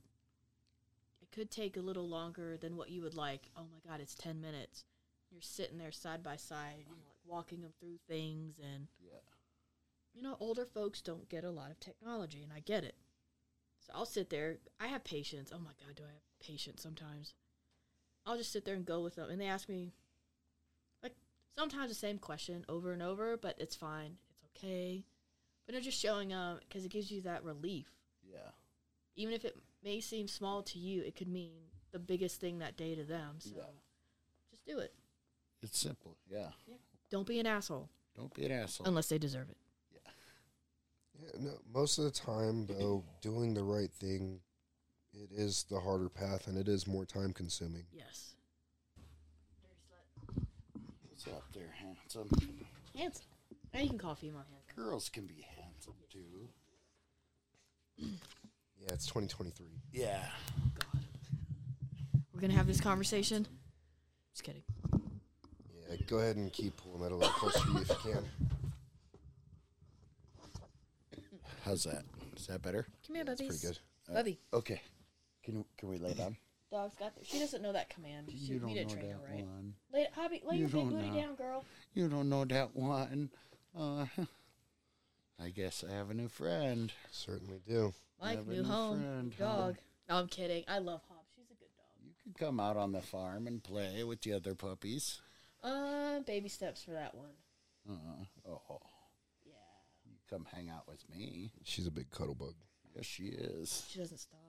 S1: it could take a little longer than what you would like. Oh my god, it's 10 minutes. You're sitting there side by side, you know, like walking them through things and
S2: Yeah.
S1: you know, older folks don't get a lot of technology and I get it. So I'll sit there. I have patience. Oh my god, do I have patience sometimes? I'll just sit there and go with them and they ask me like sometimes the same question over and over, but it's fine. It's okay. But they're just showing them because it gives you that relief
S2: Yeah.
S1: even if it may seem small to you, it could mean the biggest thing that day to them. So
S2: Yeah.
S1: just do it.
S2: It's simple. Yeah.
S1: Don't be an asshole
S2: Don't be an asshole.
S1: unless they deserve it.
S3: Yeah, no, most of the time, though, doing the right thing, it is the harder path and it is more time consuming.
S1: Yes.
S2: What's up there, handsome?
S1: Handsome. Now you can call female handsome.
S2: Girls can be handsome too.
S3: Yeah, it's 2023.
S2: Yeah.
S1: God. We're gonna have this conversation. Just kidding.
S3: Yeah, go ahead and keep pulling that a little closer to you if you can.
S2: How's that? Is that better?
S1: Come here,
S3: Pretty
S1: bubbies.
S3: good.
S1: Bubby.
S2: Okay. Can can we lay down?
S1: Dog's got this. She doesn't know that command. She,
S2: You don't
S1: we didn't
S2: know
S1: train her
S2: that
S1: right.
S2: one.
S1: Lay, hobby, lay
S2: You
S1: your big
S2: don't
S1: booty
S2: know.
S1: down, girl.
S2: You don't know that one. Uh, <laughs> I guess I have a new friend.
S3: Certainly do.
S1: Mike,
S2: have a
S1: new
S2: new
S1: home.
S2: friend,
S1: new
S2: huh?
S1: dog. No, I'm kidding. I love Hob. She's a good dog.
S2: You could come out on the farm and play with the other puppies.
S1: Uh, baby steps for that one.
S2: Uh, oh,
S1: Yeah.
S2: you come hang out with me.
S3: She's a big cuddle bug.
S2: Yes, she is.
S1: She doesn't stop.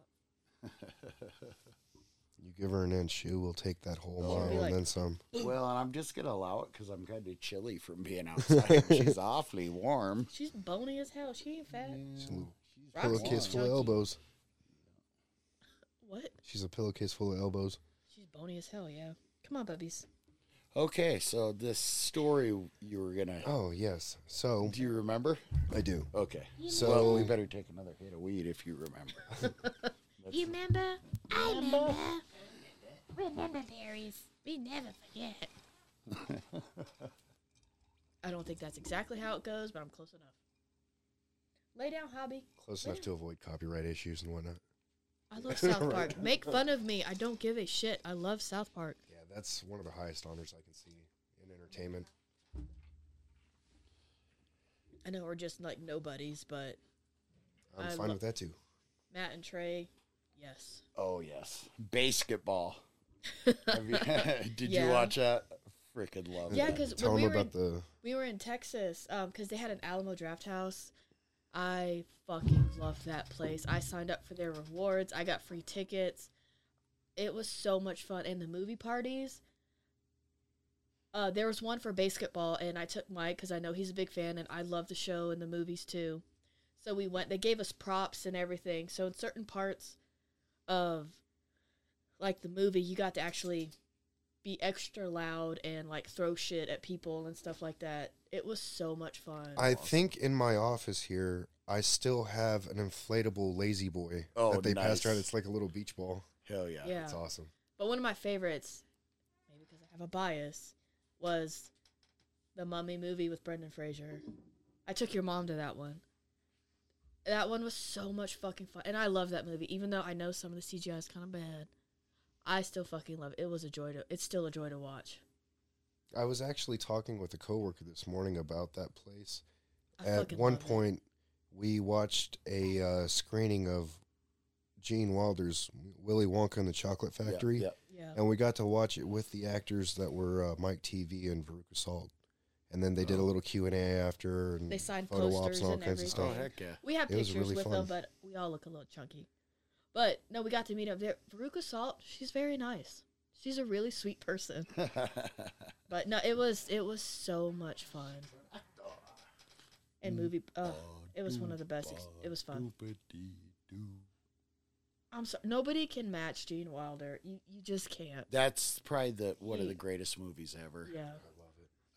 S3: You give her an inch, she will take that whole mile
S1: be
S3: and
S1: like-
S3: then some.
S2: Well, and I'm just gonna allow it because I'm kind of chilly from being
S3: <laughs>
S2: outside. She's awfully warm.
S1: She's bony as hell. She ain't fat.
S3: She's a little
S1: Roxy's
S3: pillowcase full of
S1: chunky.
S3: elbows.
S1: What?
S3: She's a pillowcase full of elbows.
S1: She's bony as hell, yeah. Come on, bubbies.
S2: Okay, so this story you were gonna.
S3: Oh, yes. So,
S2: Do you remember?
S3: I do.
S2: Okay.
S3: So-
S2: well, we better take another hit of weed if you remember.
S5: You remember? I remember. Remember, berries. We never forget.
S1: <laughs> I don't think that's exactly how it goes, but I'm close enough. Lay down, hobby.
S3: Close enough to avoid copyright issues and whatnot.
S5: <laughs>
S1: I love South Park. Make fun of me. I don't give a shit. I love South Park.
S3: Yeah, that's one of the highest honors I can see in entertainment.
S1: I know we're just like nobodies, but
S3: I'm
S1: I
S3: fine
S1: lo-
S3: with that too.
S1: Matt and Trey, yes.
S2: Oh yes,
S1: <laughs>
S2: basketball. Have you, <laughs> did
S1: Yeah.
S2: you watch that? Freaking love
S1: Yeah,
S2: it.
S1: because
S3: Tell
S1: when we
S3: them
S1: were in,
S3: about the
S1: we were in Texas, um, because they had an Alamo Draft House. I fucking love that place. I signed up for their rewards. I got free tickets. It was so much fun. And the movie parties. Uh, there was one for basketball, and I took Mike because I know he's a big fan, and I love the show and the movies too. So we went. They gave us props and everything. So in certain parts of like the movie, you got to actually be extra loud and like throw shit at people and stuff like that. It was so much fun.
S3: I think in my office here, I still have an inflatable lazy boy
S2: Oh,
S3: that they passed
S2: nice.
S3: around. It's like a little beach ball.
S2: Hell yeah.
S1: yeah.
S3: It's awesome.
S1: But one of my favorites, maybe because I have a bias, was the Mummy movie with Brendan Fraser. I took your mom to that one. That one was so much fucking fun, and I love that movie. Even though I know some of the CGI is kind of bad, I still fucking love it. It was a joy to. It's still a joy to watch.
S3: I was actually talking with a coworker this morning about that place.
S1: I
S3: At
S1: fucking
S3: one
S1: love it.
S3: point, we watched a uh, screening of Gene Wilder's Willy Wonka and the Chocolate
S2: Yeah,
S3: Factory,
S2: yeah.
S1: yeah,
S3: and we got to watch it with the actors that were uh, Mike TV and Veruca Salt. And then they did a
S2: Oh.
S3: little Q and A after, and
S1: They signed
S3: photo ops
S1: posters
S3: and all
S1: and
S3: kinds of
S1: everything.
S3: stuff.
S2: Oh heck yeah.
S1: We have
S3: It was
S1: pictures
S3: really
S1: with them,
S3: fun.
S1: but we all look a little chunky. But no, we got to meet up there. Veruca Salt, she's very nice. She's a really sweet person. but no, it was it was so much fun.
S3: Mm.
S1: And movie, <laughs> uh, it was one of the best. ex- It was fun. I'm sorry, nobody can match Gene Wilder. You you just can't.
S2: <laughs> That's probably the one of
S1: He-
S2: the greatest movies ever.
S1: Yeah,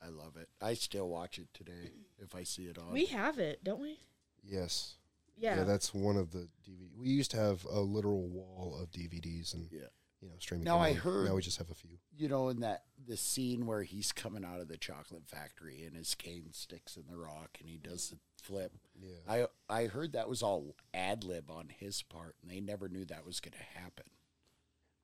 S2: I love it. I still watch it today if I see it on.
S1: we have it, don't we?
S3: Yes.
S1: Yeah.
S3: that's one of the DVD. We used to have a literal wall of DVDs and
S2: Yeah.
S3: you know streaming.
S2: Now I
S3: content.
S2: heard-
S3: Now we just have a few.
S2: you know, in that the scene where he's coming out of the chocolate factory and his cane sticks in the rock and he does the flip.
S3: Yeah.
S2: I I heard that was all ad lib on his part and they never knew that was going to happen.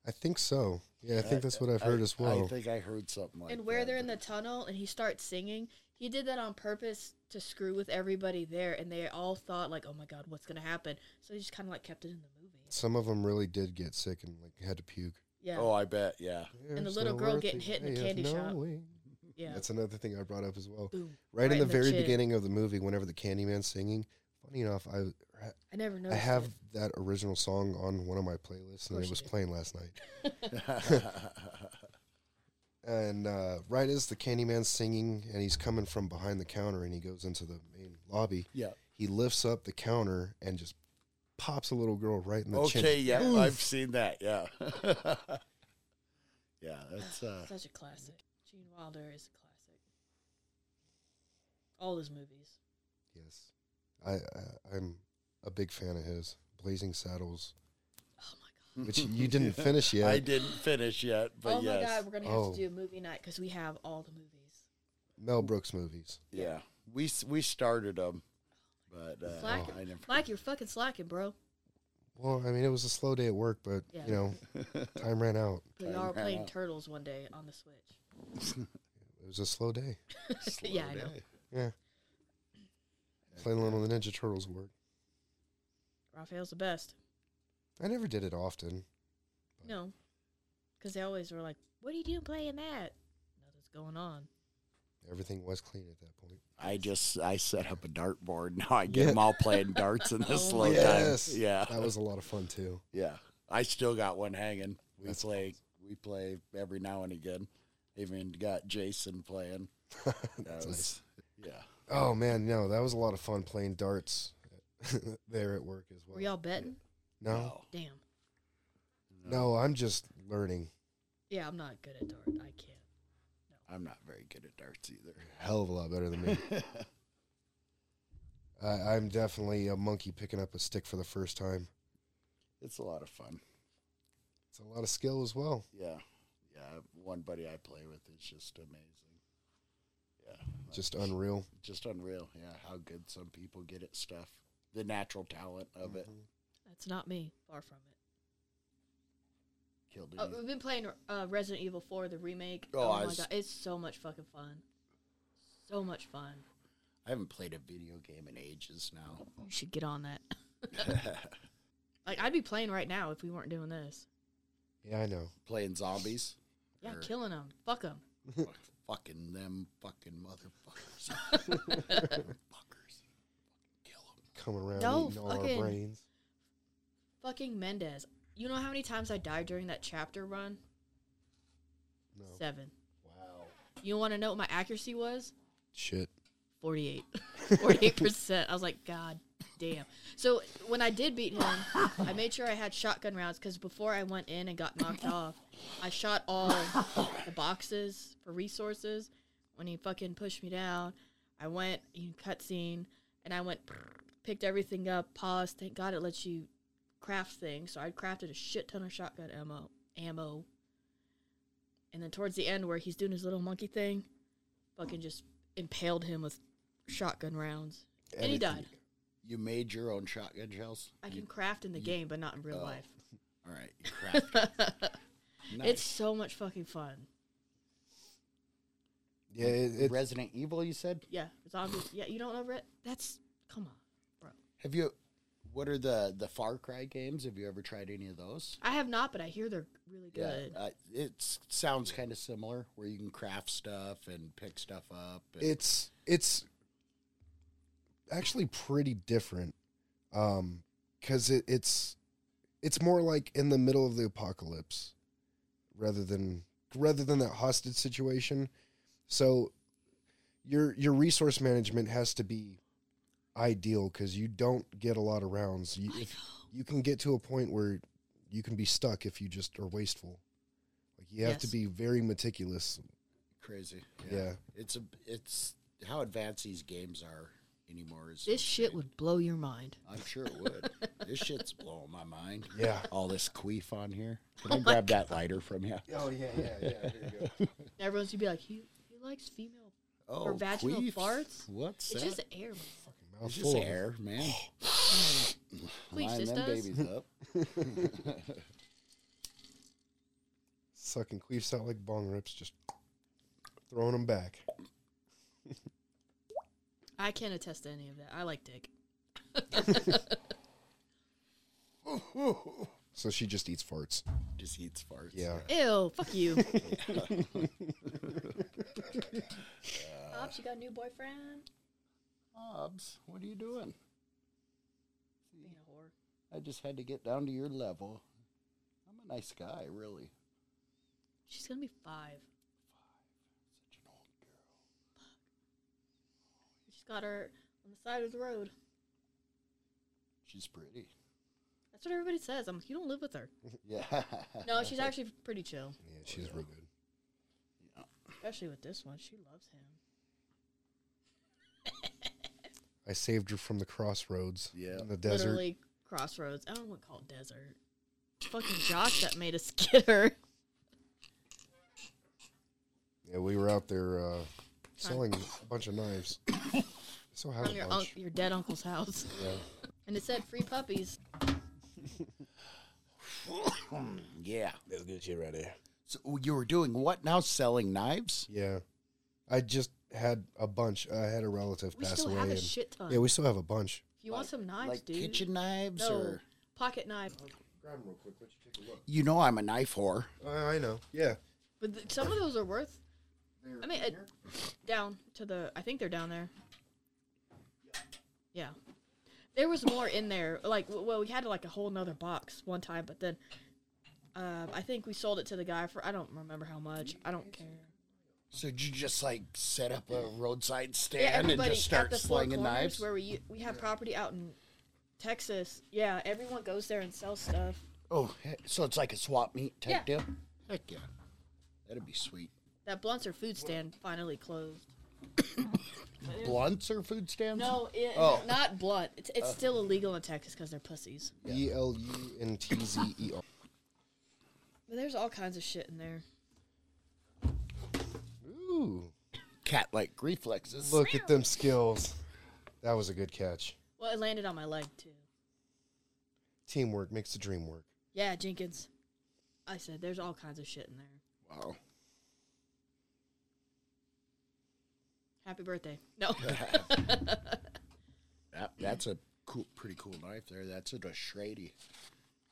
S3: I think so. Yeah, I think that's what I've
S2: I-
S3: heard as well.
S2: I think I heard something like
S1: and where
S2: that,
S1: they're in the tunnel and he starts singing he did that on purpose to screw with everybody there and they all thought like oh my god what's gonna happen so he just kind of like kept it in the movie
S3: Some of them really did get sick and like had to puke.
S1: yeah
S2: Oh, I bet.
S1: <laughs>
S2: Yeah. <laughs>
S1: And the
S3: There's
S1: little
S3: no
S1: girl
S3: earthly
S1: getting hit in the
S3: way of
S1: candy shop.
S3: knowing.
S1: yeah
S3: That's another thing I brought up as well.
S1: Boom.
S3: Right, in the, very
S1: chin.
S3: beginning of the movie, whenever the Candyman's singing, funny enough, I
S1: i never
S3: I
S1: noticed
S3: have
S1: it.
S3: that original song on one of my playlists, and
S1: course
S3: it
S1: you
S3: was
S1: do.
S3: playing last night. And uh, right as the Candyman's singing, and he's coming from behind the counter, and he goes into the main lobby.
S2: yeah.
S3: He lifts up the counter and just pops a little girl right in the chin.
S2: Okay. Yeah.
S3: Oof.
S2: I've seen that. Yeah. <laughs> yeah. That's uh,
S1: such a classic gene wilder is a classic all his movies
S3: Yes, I, I I'm a big fan of his
S2: <laughs>
S3: Blazing Saddles,
S1: oh my god
S3: which you didn't finish yet.
S2: I didn't finish yet, but
S1: oh
S2: yes.
S1: my god we're gonna have
S3: Oh.
S1: to do a movie night because we have all the movies
S3: Mel Brooks movies.
S2: Yeah. We s- we started them, but uh,
S3: Oh.
S1: Slacking.
S2: I never. <laughs>
S1: mike you're fucking slacking bro
S3: Well, I mean, it was a slow day at work, but
S1: Yeah.
S3: you know,
S2: <laughs>
S3: time ran out.
S1: but y'all are playing turtles one day on the switch
S3: It was a slow day.
S1: yeah i know
S3: Yeah, playing along with the Ninja Turtles work.
S1: raphael's the best
S3: I never did it often.
S1: No. Because they always were like, what are you doing playing that? Nothing's going on.
S3: Everything was clean at that point.
S2: I just I set up a dartboard. <laughs> Now I get
S3: Yeah.
S2: them all playing darts in the
S1: Oh
S2: slow
S1: my
S2: time. Yeah.
S3: that was a lot of fun too. <laughs>
S2: Yeah, I still got one hanging. We
S3: That's
S2: play, we play every now and again. Even got Jason playing. That
S3: That's nice.
S2: was- Yeah,
S3: Oh man, no, that was a lot of fun playing darts <laughs> there at work as well.
S1: Were y'all betting?
S3: no,
S1: Damn.
S3: no, I'm just learning.
S1: Yeah, I'm not good at dart. I can't.
S2: I'm not very good at darts either.
S3: hell of a lot better than
S2: <laughs>
S3: me. I, I'm definitely a monkey picking up a stick for the first time.
S2: It's a lot of fun.
S3: It's a lot of skill as well.
S2: Yeah, yeah. One buddy I play with is just amazing. Yeah,
S3: Just unreal.
S2: just unreal. Yeah, how good some people get at stuff. The natural talent of it.
S1: That's not me. Far from it.
S2: Killed
S3: Mm-hmm.
S1: Oh,
S2: it.
S1: we've been playing uh, Resident Evil 4, the remake.
S2: Oh,
S1: Oh,
S2: I
S1: my
S2: was-
S1: god. It's so much fucking fun. So much fun.
S2: I haven't played a video game in ages now. <laughs>
S1: You should get on that. like, I'd be playing right now if we weren't doing this.
S3: Yeah, I know.
S2: Playing zombies.
S1: Yeah,
S2: Sure.
S1: killing them. Fuck them.
S2: Fuck- fucking them fucking
S3: <laughs>
S2: motherfuckers. Fuckers. Kill them.
S3: Coming around
S1: No,
S3: eating all
S1: fucking-
S3: our brains.
S1: Fucking Mendez. You know how many times I died during that chapter run?
S3: No.
S1: Seven.
S2: Wow.
S1: You want to know what my accuracy was?
S3: Shit. <laughs>
S1: 48 48 percent i was like god damn so when i did beat him i made sure i had shotgun rounds because before i went in and got knocked off i shot all the boxes for resources when he fucking pushed me down i went in cutscene and i went picked everything up paused thank god it lets you craft things so i crafted a shit ton of shotgun ammo ammo and then towards the end where he's doing his little monkey thing fucking just impaled him with shotgun rounds. And he died.
S2: You made your own shotgun shells?
S1: I can craft in the game, but not in real
S2: oh.
S1: life.
S2: All right. you crafted.
S1: <laughs>
S2: nice.
S1: It's so much fucking fun.
S3: Yeah, it, it,
S2: Resident Evil, you said?
S1: Yeah, zombies. Yeah, you don't know it. That's come on, bro.
S2: Have you. What are the, the Far Cry games? Have you ever tried any of those?
S1: I have not, but I hear they're really good.
S2: Yeah, uh, it sounds kind of similar, where you can craft stuff and pick stuff up. and-
S3: it's it's actually pretty different. Um, because it, it's it's more like in the middle of the apocalypse rather than rather than that hostage situation. So your your resource management has to be ideal because you don't get a lot of rounds. You, if you can get to a point where you can be stuck if you just are wasteful. Like you have to
S1: Yes.
S3: be very meticulous.
S2: crazy.
S3: Yeah.
S2: It's a it's how advanced these games are anymore. Is
S1: this shit would blow your mind.
S2: I'm sure it
S1: <laughs>
S2: would. this shit's blowing my mind.
S3: Yeah.
S2: All this queef on here. Can
S1: Oh
S2: I grab that lighter from you?
S3: <laughs> Oh yeah, yeah, yeah. you go.
S1: Everyone's gonna be like, he he likes female.
S2: Oh,
S1: Or vaginal
S2: queefs?
S1: farts?
S2: What's
S1: It's
S2: that?
S1: just air. man.
S2: it's
S3: Mouthful
S2: just
S1: <sighs>
S3: of-
S2: air, man.
S1: Queefs
S2: Line
S1: just <laughs>
S2: them
S1: does.
S2: babies up.
S3: sucking queefs out like bong rips, just throwing them back.
S1: I can't attest to any of that. I like dick.
S3: So she just eats farts.
S2: Just eats farts.
S3: Yeah.
S1: Ew, fuck
S2: <laughs>
S1: you. Pops, you got a new boyfriend?
S2: Hobbs, what are you doing?
S1: Being a whore.
S2: I just had to get down to your level. I'm a nice guy, really.
S1: She's gonna be five.
S2: Such an old girl.
S1: She's got her on the side of the road.
S2: She's
S1: <laughs>
S2: pretty.
S1: That's what everybody says. I'm like, you don't live with her.
S2: Yeah.
S1: No, she's actually pretty chill.
S3: Yeah, she's real good.
S1: Especially with this one. She loves him.
S3: I saved her from the crossroads.
S2: Yeah.
S3: In the desert.
S1: Literally crossroads. I don't want to call it desert. It's fucking Josh that made us <laughs> get her.
S3: Yeah, we were out there uh, selling a bunch
S1: <coughs>
S3: of knives. So have
S1: From
S3: a
S1: your, un-
S3: bunch.
S1: your dead uncle's house.
S3: Yeah.
S1: And it said free puppies.
S2: yeah.
S6: That's good shit right there.
S2: So you were doing what now? Selling knives?
S3: Yeah. I just had a bunch. I had a relative
S1: We
S3: pass
S1: still
S3: away.
S1: have a
S3: and-
S1: shit ton.
S3: yeah, we still have a bunch.
S1: if you want some knives,
S2: like
S1: dude.
S2: kitchen knives
S1: no,
S2: or
S1: pocket knife.
S3: Grab them real quick. Let you take a look.
S2: you know I'm a knife whore.
S3: I, I know. Yeah.
S1: But th- some of those are worth. I mean, uh, down to the. I think they're down there. Yeah, there was more in there. Like, w- well, we had like a whole nother box one time, but then, uh, I think we sold it to the guy for. I don't remember how much. I don't care.
S2: So did you just like set up a roadside
S1: Yeah,
S2: stand and
S1: everybody
S2: just
S1: at
S2: start
S1: the four
S2: slinging
S1: corners
S2: knives?
S1: where we u- we have property out in Texas. Yeah, everyone goes there and sells stuff.
S2: Oh, he- so it's like a swap meet type
S1: Yeah.
S2: deal. Heck yeah, that'd be sweet.
S1: That Blunts or food stand finally closed.
S2: Blunts or food stands?
S1: No, it,
S2: Oh. Uh.
S1: not blunt. It's, it's still illegal in Texas because they're pussies.
S3: E L U N T Z E R.
S1: But there's all kinds of shit in there.
S3: Ooh.
S2: Cat-like reflexes.
S3: Look at them skills. That was a good catch.
S1: Well, it landed on my leg too.
S3: Teamwork makes the dream work.
S1: Yeah, Jenkins. I said there's all kinds of shit in there.
S2: Wow. <laughs>
S1: Happy birthday. No.
S2: That, that's a cool, pretty cool knife there. That's a Shrady.
S1: <laughs>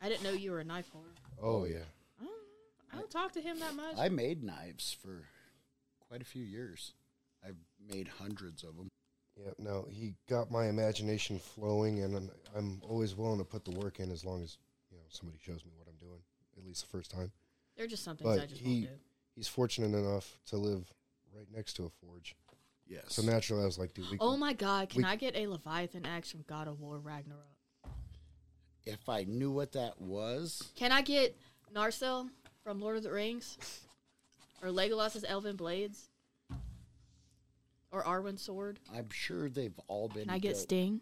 S1: I didn't know you were a knife whore.
S3: Oh, yeah.
S1: I don't, I don't talk to him that much.
S2: I made knives for quite a few years. I've made hundreds of them.
S3: Yeah, no, he got my imagination flowing, and I'm, I'm always willing to put the work in as long as you know somebody shows me what I'm doing, at least the first time.
S1: They're just some things I
S3: But
S1: just won't
S3: he
S1: do.
S3: he's fortunate enough to live right next to a forge,
S2: Yes.
S3: so naturally I was like, dude, we
S1: Oh
S3: can-
S1: my god, can
S3: we-
S1: I get a Leviathan axe from God of War Ragnarok?
S2: if I knew what that was,
S1: Can I get Narsil from Lord of the Rings? or Legolas's Elven Blades? Or Arwen's Sword?
S2: I'm sure they've all been.
S1: Can I get
S2: built.
S1: Sting?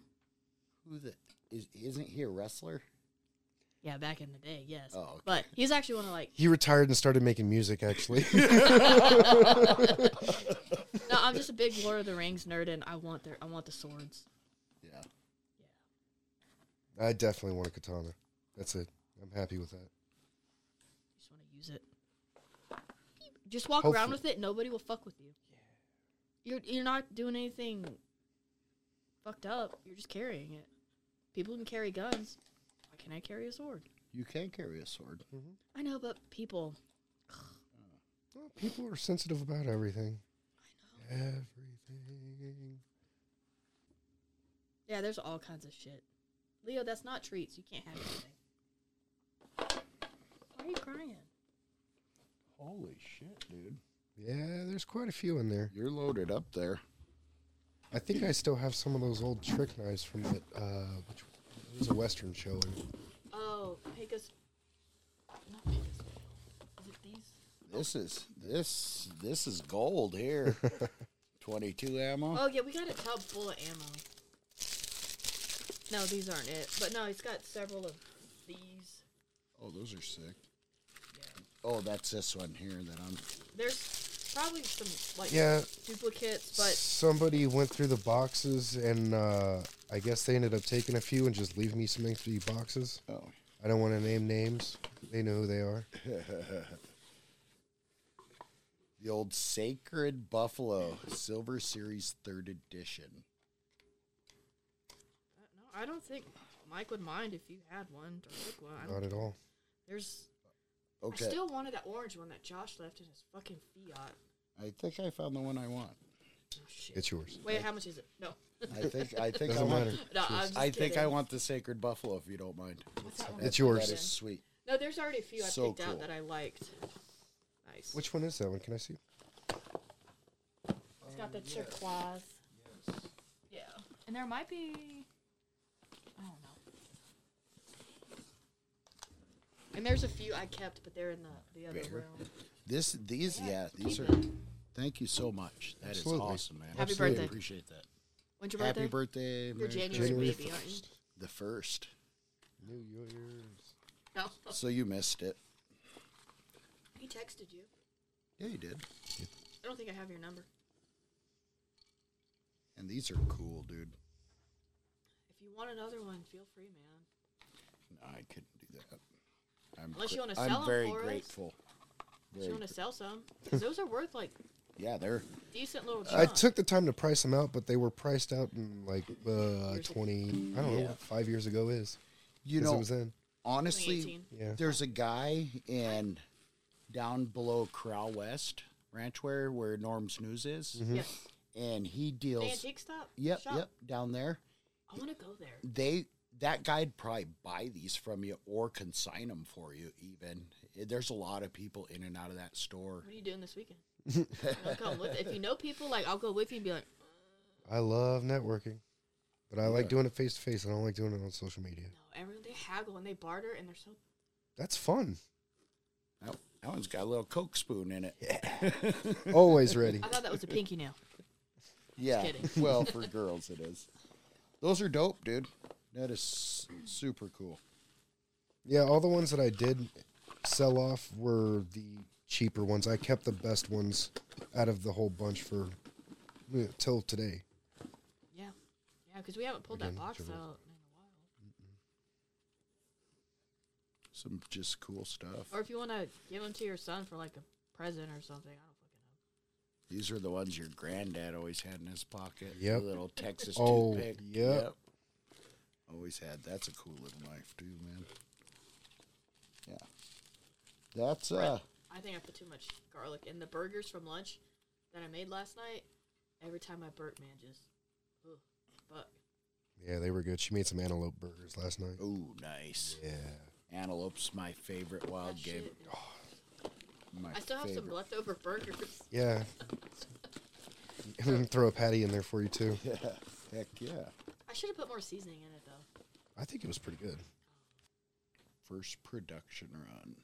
S2: Who the is? Isn't he a wrestler?
S1: Yeah, back in the day, yes.
S2: Oh, okay.
S1: But he's actually one of like
S3: he retired and started making music. <laughs> Actually,
S1: No, I'm just a big Lord of the Rings nerd, and I want their I want the swords.
S2: Yeah.
S3: I definitely want a katana. That's it. I'm happy with that.
S1: Just want to use it. Just walk around with it. Nobody will fuck with you. You're you're not doing anything fucked up. You're just carrying it. People can carry guns. Why can't I carry a sword?
S2: You can carry a sword.
S1: I know, but people.
S3: Well, people are sensitive about everything. I know. Everything.
S1: Yeah, there's all kinds of shit. Leo, that's not treats. You can't have anything. Why are you crying?
S2: Holy shit, dude!
S3: Yeah, there's quite a few in there.
S2: You're loaded up there.
S3: I think I still have some of those old trick knives from that. Uh, which it was a Western show. and-
S1: Oh, Pegasus. Not Pegasus. Is it these?
S2: This is this this is gold <laughs> here. Twenty-two ammo.
S1: Oh yeah, we got a tub full of ammo. No, these aren't it. But no, he's got several of these.
S2: Oh, those are sick.
S1: Yeah.
S2: Oh, that's this one here that I'm.
S1: There's probably some like
S3: Yeah,
S1: duplicates, but
S3: somebody went through the boxes, and uh, I guess they ended up taking a few and just leaving me some empty boxes.
S2: Oh,
S3: I don't want to name names. They know who they are.
S2: The old Sacred Buffalo Silver Series Third Edition.
S1: No, I don't think Mike would mind if you had one. Or took one. I don't-
S3: Not at all.
S1: there's.
S2: Okay,
S1: I still wanted that orange one that Josh left in his fucking Fiat.
S2: I think I found the one I want.
S1: Oh, shit.
S3: It's yours.
S1: Wait, how much is it? No.
S2: I think I think I
S3: Doesn't
S2: want.
S3: matter.
S1: No, I'm just
S2: I think I
S1: kidding.
S2: want the Sacred Buffalo, if you don't mind.
S1: What's that one?
S3: It's
S2: That
S3: yours.
S2: is sweet.
S1: No, there's already a few I
S2: So
S1: picked
S2: cool.
S1: out that I liked. Nice.
S3: Which one is that one? Can I see?
S1: It's got the turquoise. Yes. Yeah. And there might be. I don't know. And there's a few I kept, but they're in the, the other
S2: Bigger.
S1: room.
S2: This these yeah, these are. Thank you so much. That is
S3: Absolutely.
S2: awesome, man.
S1: Happy
S2: Absolutely
S1: birthday.
S2: Appreciate that.
S1: When's your birthday?
S2: Happy birthday.
S1: You're
S2: Merry
S1: January,
S2: Christmas.
S3: January
S1: baby, aren't you?
S2: the first.
S3: New Year's.
S1: No. <laughs>
S2: So you missed it.
S1: He texted you.
S2: Yeah, you did.
S1: I don't think I have your number.
S2: And these are cool, dude.
S1: If you want another one, feel free, man.
S2: No, I couldn't do that. I'm
S1: Unless
S2: gr-
S1: you wanna
S2: I'm
S1: sell 'em
S2: very
S1: for us.
S2: grateful.
S1: If you
S2: Very
S1: want to sell some, 'cause those are worth like
S2: gr- yeah, they're
S1: decent little.
S3: I
S1: chunks.
S3: took the time to price them out, but they were priced out in like uh,
S1: Years ago.
S3: 20, I don't know
S2: Yeah.
S3: what five years ago is.
S2: you
S3: 'cause it
S2: know
S3: was then.
S2: honestly
S1: 2018.
S3: Yeah.
S2: there's a guy in down below Corral West Ranchware where Norm's News is,
S3: Mm-hmm.
S1: Yeah.
S2: and he
S1: The
S2: deals.
S1: antique stop.
S2: Mm-hmm. Yep,
S1: shop.
S2: yep, down there.
S1: I want to go there.
S2: they that guy'd probably buy these from you or consign them for you even Eh, there's a lot of people in and out of that store
S1: What are you doing this
S2: <laughs>
S1: weekend? I'll come with. If you know people, like I'll go with you and be like,
S3: I love networking, but I like doing it face to face. I don't like doing it on social media.
S1: no, everyone they haggle and they barter and they're so.
S3: That's fun.
S2: that, that one's got a little coke spoon in it <laughs>
S1: <laughs>
S3: Always ready.
S1: I thought that was a pinky nail.
S2: yeah
S1: kidding.
S2: well for girls it is those are dope dude that is s- super cool
S3: Yeah, all the ones that I did sell off were the cheaper ones. I kept the best ones out of the whole bunch for yeah, till today.
S1: Yeah, yeah, because we haven't pulled that
S3: Again,
S1: box out in
S3: Jimmy.
S1: a while.
S2: some just cool stuff
S1: Or if you want to give them to your son for like a present or something, I don't
S2: these are the ones your granddad always had in his pocket the
S3: Yep.
S2: little texas
S3: Oh,
S2: toothpick
S3: yep.
S2: always had that's a cool little knife too man yeah that's
S1: fucking know.
S2: uh
S1: But I think I put too much garlic in the burgers from lunch that I made last night. Every time I burp, man, just ugh, fuck.
S3: Yeah, they were good. She made some antelope burgers last night.
S2: Oh, nice.
S3: Yeah.
S2: Antelope's my favorite wild
S1: That
S2: game.
S1: shit.
S2: Oh, My
S1: I still have some
S2: favorite.
S1: leftover burgers.
S3: Yeah. <laughs> I'm gonna throw a patty in there for you too.
S2: Yeah, <laughs> heck yeah.
S1: I should have put more seasoning in it though.
S3: I think it was pretty good.
S2: First production run.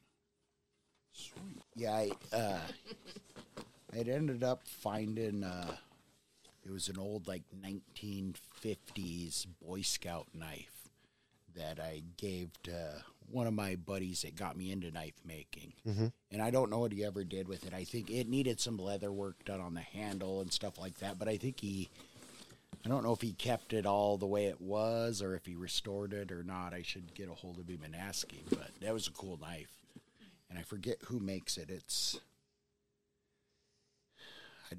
S2: Sweet. Yeah, I, uh, it ended up finding, uh, it was an old, like, 1950s Boy Scout knife that I gave to one of my buddies that got me into knife making.
S3: Mhm.
S2: And I don't know what he ever did with it. I think it needed some leather work done on the handle and stuff like that, but I think he I don't know if he kept it all the way it was or if he restored it or not. I should get a hold of him and ask him, but that was a cool knife. And I forget who makes it. It's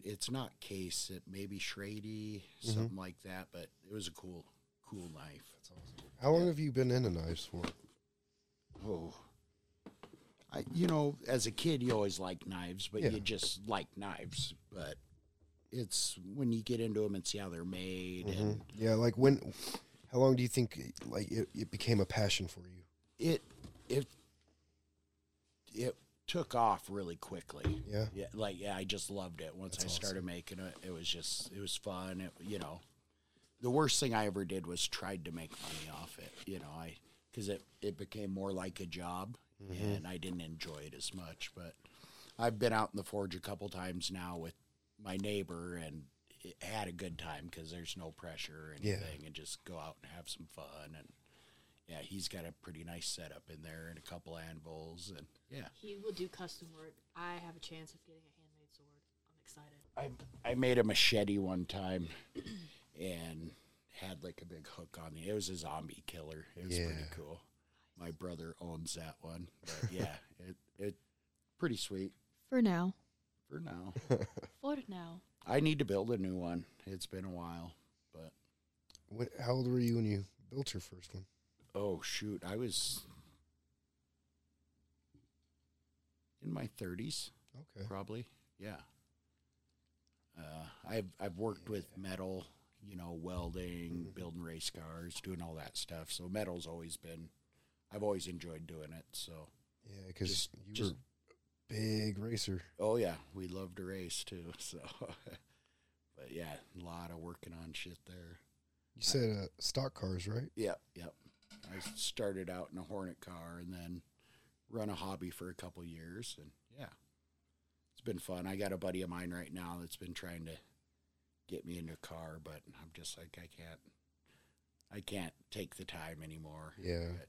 S2: it's not Case. It may be Shrady, something like that. But it was a cool, cool knife.
S3: How long have you been into knives for?
S2: Oh. I, you know, as a kid, you always like knives, but
S3: Yeah.
S2: you just like knives. But it's when you get into them and see how they're made, and
S3: Yeah, like when? How long do you think like it, it became a passion for you?
S2: it it it took off really quickly.
S3: Yeah.
S2: Yeah, like yeah, I just loved it. Once I started making it, it was just it was fun. It, you know, the worst thing I ever did was tried to make money off it. You know, I because it it became more like a job,
S3: Mm-hmm.
S2: and I didn't enjoy it as much. But I've been out in the forge a couple times now with my neighbor and. It had a good time because there's no pressure or
S3: Yeah.
S2: anything, and just go out and have some fun. And yeah, he's got a pretty nice setup in there and a couple anvils, and yeah,
S1: He will do custom work. I have a chance of getting a handmade sword. I'm excited.
S2: I I made a machete one time, and had like a big hook on it. It was a zombie killer. It was pretty
S3: Yeah.
S2: cool. My <laughs> brother owns that one. But yeah, it it pretty sweet. <laughs>
S1: For now.
S2: for now.
S1: For now.
S2: I need to build a new one. It's been a while, but
S3: What, how old were you when you built your first one?
S2: oh shoot, I was in my 30s
S3: Okay.
S2: probably. Yeah. Uh, I've I've worked with metal, you know, welding, building race cars, doing all that stuff. So metal's always been I've always enjoyed doing it. So
S3: Yeah, because
S2: Just-
S3: you
S2: just-
S3: were a big racer.
S2: Oh yeah, we love to race too. <laughs> So, but yeah, a lot of working on shit there.
S3: You said uh, stock cars, right?
S2: Yep, yep. I started out in a Hornet car and then run a hobby for a couple years, and yeah, it's been fun. I got a buddy of mine right now that's been trying to get me into a car, but I'm just like I can't, I can't take the time anymore.
S3: Yeah.
S2: But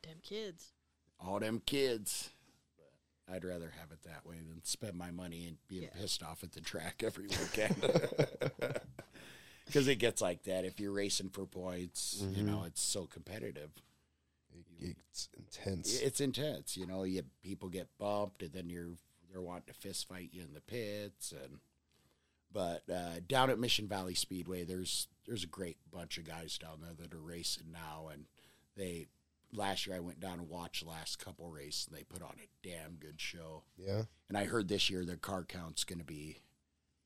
S1: Goddamn kids.
S2: all them kids. But I'd rather have it that way than spend my money and being
S1: Yeah.
S2: pissed off at the track every weekend. <laughs> Because it gets like that if you're racing for points. You know, it's so competitive.
S3: <laughs> It, it's intense.
S2: It's intense. You know, you people get bumped, and then you're they're wanting to fist fight you in the pits. And but uh, down at Mission Valley Speedway, there's there's a great bunch of guys down there that are racing now, and they. Last year, I went down and watched the last couple races, and they put on a damn good show.
S3: Yeah.
S2: And I heard this year their car count's going to be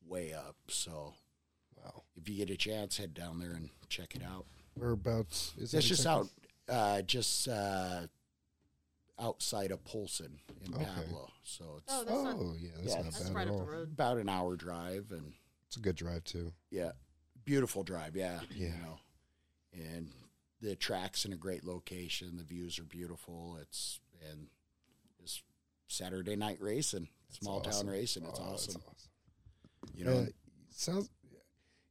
S2: way up. So
S3: Wow.
S2: if you get a chance, head down there and check it out.
S3: Whereabouts is that
S2: It's
S3: in
S2: just
S3: Texas?
S2: out, uh, just uh, outside of Polson in
S3: Okay.
S2: Pablo. So it's
S1: Oh, that's not.
S3: Oh, yeah, that's
S2: Yeah,
S3: not
S2: it's-
S1: That's
S3: bad
S1: right
S3: at
S1: up
S3: all.
S1: the road.
S2: about an hour drive, and
S3: It's a good drive too.
S2: yeah, beautiful drive. Yeah, you
S3: Yeah.
S2: know, and the track's in a great location. The views are beautiful. It's and it's Saturday night racing,
S3: That's
S2: small
S3: awesome.
S2: town racing. It's
S3: Oh, that's
S2: awesome.
S3: awesome.
S2: You know,
S3: Uh, sounds.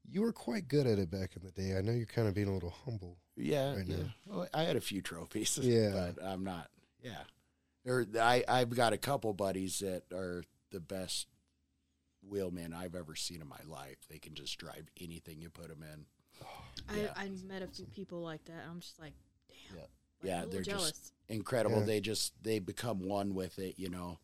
S3: You were quite good at it back in the day. I know you're kind of being a little humble.
S2: Yeah,
S3: right
S2: yeah.
S3: now.
S2: Well, I had a few trophies. <laughs>
S3: Yeah.
S2: but I'm not. Yeah, or I I've got a couple buddies that are the best wheelmen I've ever seen in my life. They can just drive anything you put them in. Yeah.
S1: I, I met a few people like that. I'm just like, damn.
S2: Yeah.
S1: Like,
S2: Yeah,
S1: a little
S2: they're just-
S1: jealous.
S2: incredible.
S3: Yeah.
S2: They just they become one with it. You know,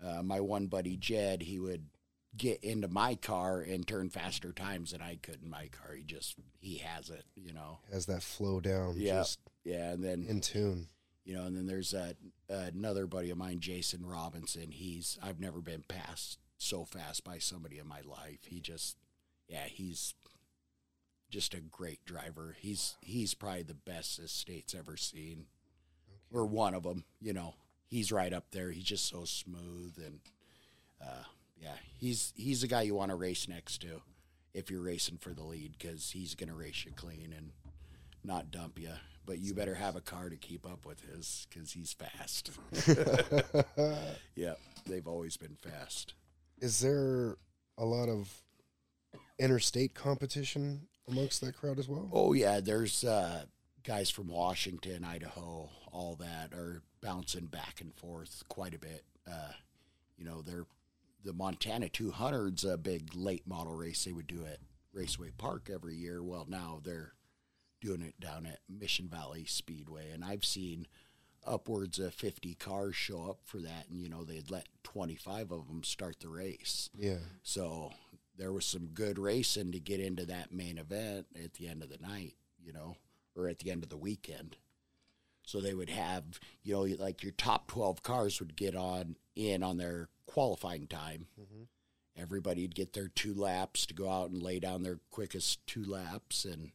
S2: uh, my one buddy Jed, he would get into my car and turn faster times than I could in my car. He just he has it. You know.
S3: Has that flow down?
S2: Yeah.
S3: Just
S2: Yeah, and then
S3: in
S2: <laughs>
S3: tune. <laughs>
S2: you know and then there's that another buddy of mine jason robinson he's i've never been passed so fast by somebody in my life he just yeah he's just a great driver he's he's probably the best this state's ever seen or one of them you know he's right up there he's just so smooth and uh, yeah he's he's the guy you want to race next to if you're racing for the lead because he's going to race you clean and not dump you, but you better have a car to keep up with his because he's fast. yeah, they've always been fast.
S3: Is there a lot of interstate competition amongst that crowd as well?
S2: Oh yeah, there's uh, guys from Washington, Idaho, all that are bouncing back and forth quite a bit. Uh, you know, they're the Montana 200's a big late model race they would do at Raceway Park every year. Well, now they're doing it down at Mission Valley Speedway, and I've seen upwards of 50 cars show up for that, and you know they'd let 25 of them start the race.
S3: Yeah.
S2: So there was some good racing to get into that main event at the end of the night, you know, or at the end of the weekend. So they would have, you know, like your top 12 cars would get on in on their qualifying time. Everybody'd get their two laps to go out and lay down their quickest two laps. And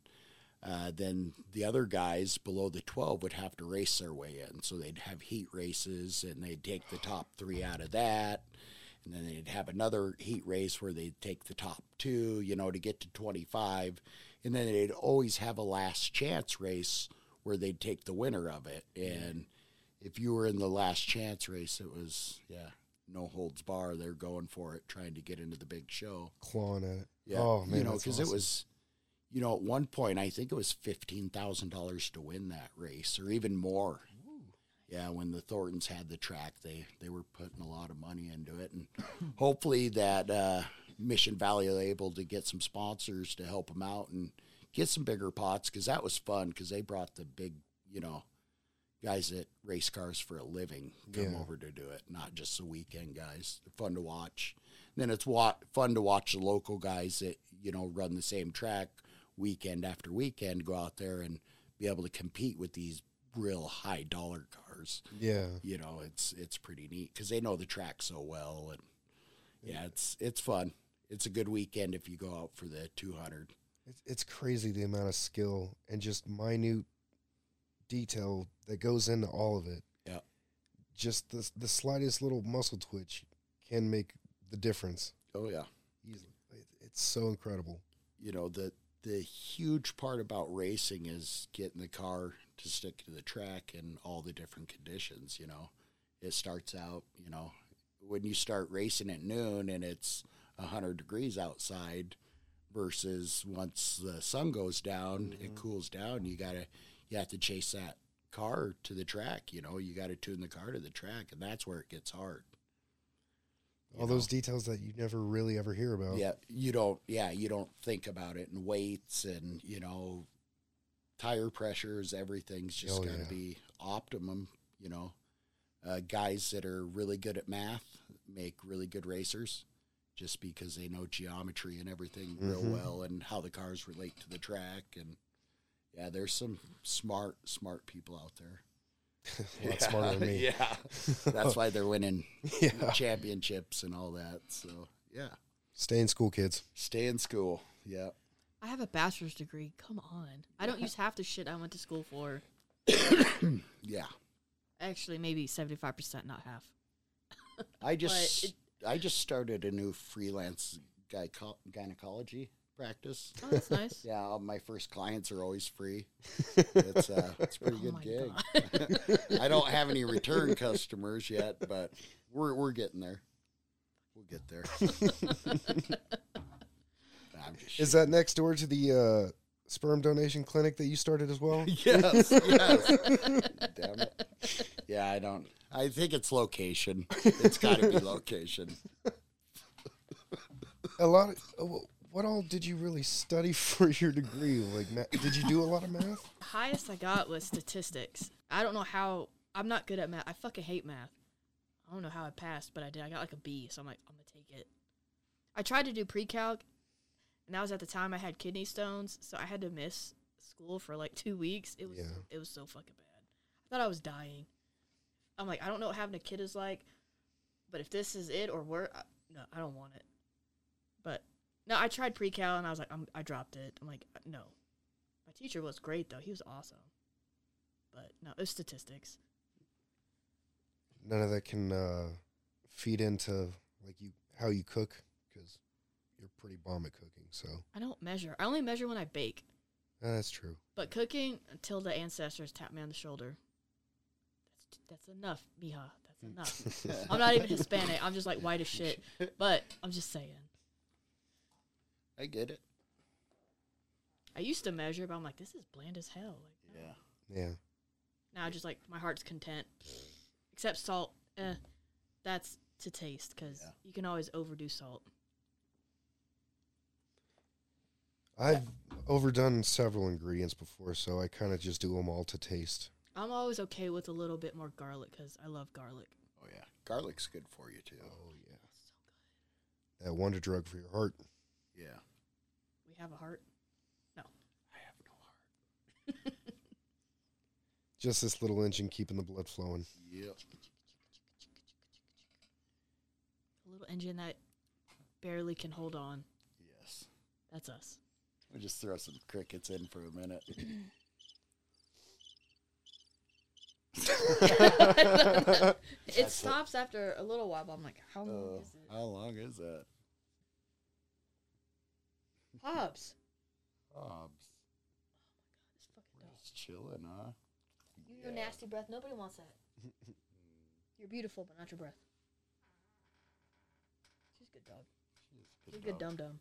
S2: uh, then the other guys below the 12 would have to race their way in. So they'd have heat races and they'd take the top three out of that and then they'd have another heat race where they'd take the top two, you know, to get to 25. And then they'd always have a last chance race where they'd take the winner of it. And if you were in the last chance race, it was, yeah, no holds bar. They're going for it, trying to get into the big show.
S3: Clawing at it.
S2: Yeah.
S3: Oh man.
S2: you know,
S3: that's
S2: because
S3: awesome.
S2: it was, you know, at one point I think it was fifteen thousand dollars to win that race, or even more. Yeah, when the Thorntons had the track, they they were putting a lot of money into it, and hopefully that uh, Mission Valley are able to get some sponsors to help them out and get some bigger pots because that was fun because they brought the big, you know. Guys that race cars for a living come
S3: Yeah.
S2: over to do it, not just the weekend guys. They're fun to watch Then it's wa- fun to watch the local guys that you know run the same track weekend after weekend go out there and be able to compete with these real high dollar cars.
S3: Yeah.
S2: You know, it's it's pretty neat because they know the track so well, and yeah, it's it's fun. It's a good weekend if you go out for the 200.
S3: It's, it's crazy the amount of skill and just minute detail that goes into all of it.
S2: Yeah.
S3: Just the, the slightest little muscle twitch can make the difference
S2: Oh yeah.
S3: easily. It, it's so incredible.
S2: you know the the huge part about racing is getting the car to stick to the track and all the different conditions you know it starts out you know when you start racing at noon and it's 100 degrees outside versus once the sun goes down
S3: Mm-hmm.
S2: it cools down you gotta you have to chase that car to the track you know you gotta tune the car to the track and that's where it gets hard
S3: all those details that you never really ever hear about.
S2: yeah, you don't. Yeah, you don't think about it and weights and you know, tire pressures. Everything's just
S3: Oh,
S2: got to
S3: yeah.
S2: be optimum. You know, uh, guys that are really good at math make really good racers, just because they know geometry and everything real
S3: Mhm.
S2: well and how the cars relate to the track. And yeah, there's some smart, smart people out there.
S3: A lot
S2: <laughs>
S3: smarter than me.
S2: Yeah, that's why they're winning
S3: <laughs> yeah.
S2: championships and all that. So yeah,
S3: Stay in school, kids.
S2: stay in school. Yeah.
S1: I have a bachelor's degree. Come on. I don't <laughs> use half the shit I went to school for.
S2: Yeah,
S1: Actually, maybe 75%, not half.
S2: I just
S1: it-
S2: I just started a new freelance gyco- gynecology practice.
S1: Oh, that's nice.
S2: <laughs> Yeah, all my first clients are always free. It's uh,
S1: <laughs>
S2: it's a pretty
S1: Oh
S2: good
S1: my
S2: gig. I don't have any return customers yet, but we're we're getting there. We'll get
S1: <laughs>
S2: there. I'm just
S3: Is that next door to the uh, sperm donation clinic that you started as
S2: <laughs>
S3: well?
S2: <laughs> yes, yes.
S3: <laughs>
S2: Damn it. Yeah, I don't. I think it's location. It's
S1: <laughs>
S2: got to be location.
S3: a lot. Of, uh, wh- what all did you really study <laughs> for your degree? Like, ma- did you do a lot of math?
S1: The highest I got was statistics. I don't know how. I'm not good at math. I fucking hate math. I don't know how I passed, but I did. I got like a B, so I'm like, I'm gonna take it. I tried to do pre-calc, and that was at the time I had kidney stones, so I had to miss school for like two weeks. It was
S3: Yeah.
S1: it was so fucking bad. I thought I was dying. I'm like, I don't know what having a kid is like, but if this is it or where, I, no, I don't want it. But no, I tried pre-cal and I was like, I'm, I dropped it. I'm like, no. My teacher was great though; he was awesome. But no, it was statistics.
S3: None of that can uh, feed into like you how you cook because you're pretty bomb at cooking. So
S1: I don't measure. I only measure when I bake.
S3: uh, that's true.
S1: But cooking until the ancestors tap me on the shoulder. That's that's enough, mija. That's
S2: <laughs>
S3: <laughs>
S1: enough. I'm not even Hispanic. I'm just like white as shit. But I'm just saying.
S2: I get it.
S1: I used to measure, but I'm like, this is bland as hell. Like
S2: Yeah.
S3: Yeah,
S1: now, I just like my heart's content, except salt. Eh, that's to taste because
S2: Yeah.
S1: you can always overdo salt.
S3: I've overdone several ingredients before, so I kind of just do them all to taste.
S1: I'm always okay with a little bit more garlic because I love garlic.
S2: Oh yeah, garlic's good for you too.
S1: Oh,
S3: yeah, that wonder drug for your heart.
S2: Yeah.
S1: We have a heart.
S2: I have no heart.
S3: Just this little engine keeping the blood flowing.
S2: Yep.
S1: A little engine that barely can hold on.
S2: Yes.
S1: That's <laughs> us.
S2: We'll just throw some crickets in for a minute.
S1: It Uh, stops after a little while, but I'm like, how long
S2: Oh,
S1: is it?
S2: how long is that?
S1: Hobbs.
S2: Oh,
S1: This fucking
S2: we're
S1: dog.
S2: just chilling, huh?
S1: You and your nasty breath. Nobody wants that. <laughs> You're beautiful, but not your breath. She's a good dog. She's a good dum dum.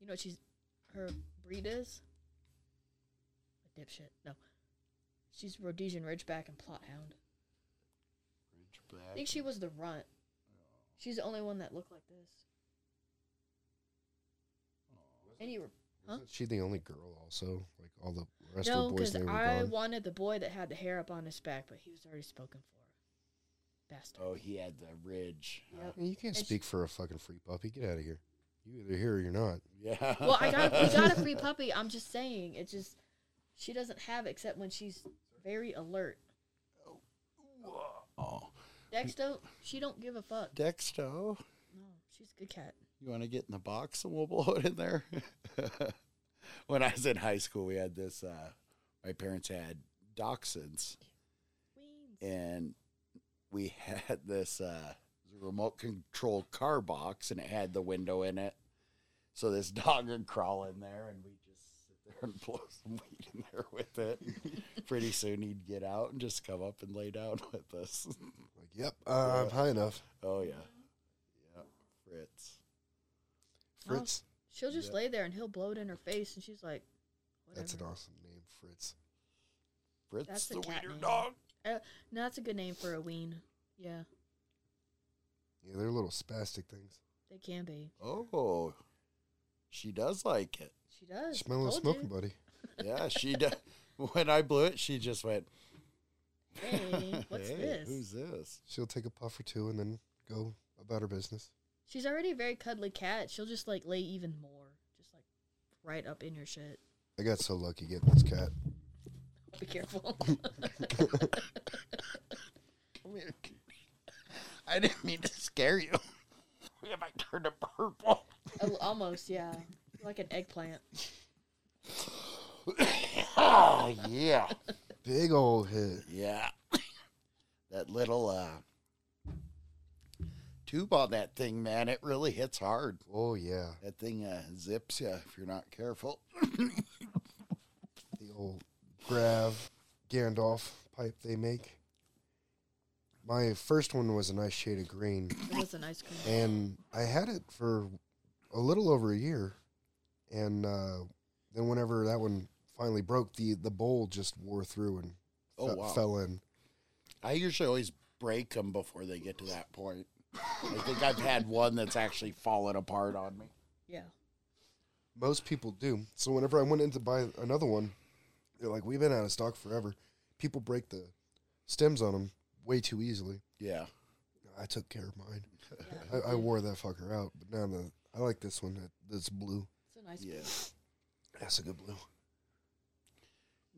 S1: You know what she's her breed is? A dipshit. No. She's Rhodesian Ridgeback and Plot Hound. I think she was the runt. She's the only one that looked like this. And you were Huh?
S3: Isn't she the only girl? Also, like all the rest
S1: no,
S3: of the boys,
S1: because
S3: they were
S1: I
S3: gone.
S1: wanted the boy that had the hair up on his back, but he was already spoken for. Bastard.
S2: Oh, he had the ridge.
S1: Yep.
S3: You can't
S1: It's-
S3: speak for a fucking free puppy. Get out of here. You either here or you're not.
S2: Yeah. <laughs>
S1: Well, I got we got
S3: <laughs>
S1: a free puppy. I'm just saying, it just she doesn't have it except when she's very alert.
S2: Oh.
S1: Dex don't she don't give a fuck.
S2: Dexto,
S1: No, she's a good cat.
S2: you want to get in the box and we'll blow it in there? <laughs> when I was in high school, we had this, uh, my parents had dachshunds. and we <laughs> had this uh, remote control car box, and it had the window in it. So this <laughs> dog would crawl in there, and we just sit there and <laughs> blow some weed in there with it. Pretty soon he'd get out and just come up and lay down <laughs> with us.
S3: Like, yep, uh, I'm high enough.
S2: oh yeah, yeah, Fritz.
S1: Oh,
S3: Fritz.
S1: She'll just
S2: Yeah.
S1: lay there and he'll blow it in her face, and she's like, Whatever.
S3: That's an awesome name, Fritz.
S2: Fritz,
S1: That's a
S2: the
S1: cat
S2: wiener
S1: name.
S2: dog.
S1: Uh, no, that's a good name for a ween. Yeah,
S3: Yeah, they're little spastic things.
S1: they can be.
S2: Oh, she does like it.
S1: She does.
S3: Smell and
S1: Told
S3: smoking,
S1: you.
S3: buddy.
S2: Yeah, she does. <laughs> When I blew it, she just went.
S1: Hey, what's
S2: <laughs> "Hey,
S1: this?
S2: Who's this?
S3: She'll take a puff or two and then go about her business.
S1: She's already a very cuddly cat. She'll just like lay even more, just like right up in your shit.
S3: I got so lucky getting this cat.
S1: Be
S3: <laughs>
S1: careful.
S2: Come here. <laughs> I didn't mean to scare you.
S4: <laughs> Have I turned a purple?
S1: Al- Almost, yeah. Like an eggplant.
S2: oh yeah,
S3: Big old hit.
S2: yeah. That little uh, tube on that thing, man, it really hits hard.
S3: Oh, yeah.
S2: That thing uh, zips you if you're not careful.
S3: The old Grav Gandalf pipe they make. My first one was a nice shade of green.
S1: It was an ice cream.
S3: and I had it for a little over a year, and uh, then whenever that one finally broke, the the bowl just wore through and
S2: Oh,
S3: fe-
S2: wow.
S3: fell in.
S2: I usually always break them before they get to that point. I think I've had one that's actually fallen apart on me.
S1: Yeah.
S3: Most people do. So whenever I went in to buy another one, they're like, "We've been out of stock forever." People break the stems on them way too easily.
S2: Yeah.
S3: I took care of mine.
S1: yeah.
S3: <laughs> I, I wore that fucker out, but now the I like this one that, that's blue.
S1: It's an ice cream.
S2: Yeah.
S3: That's a good blue.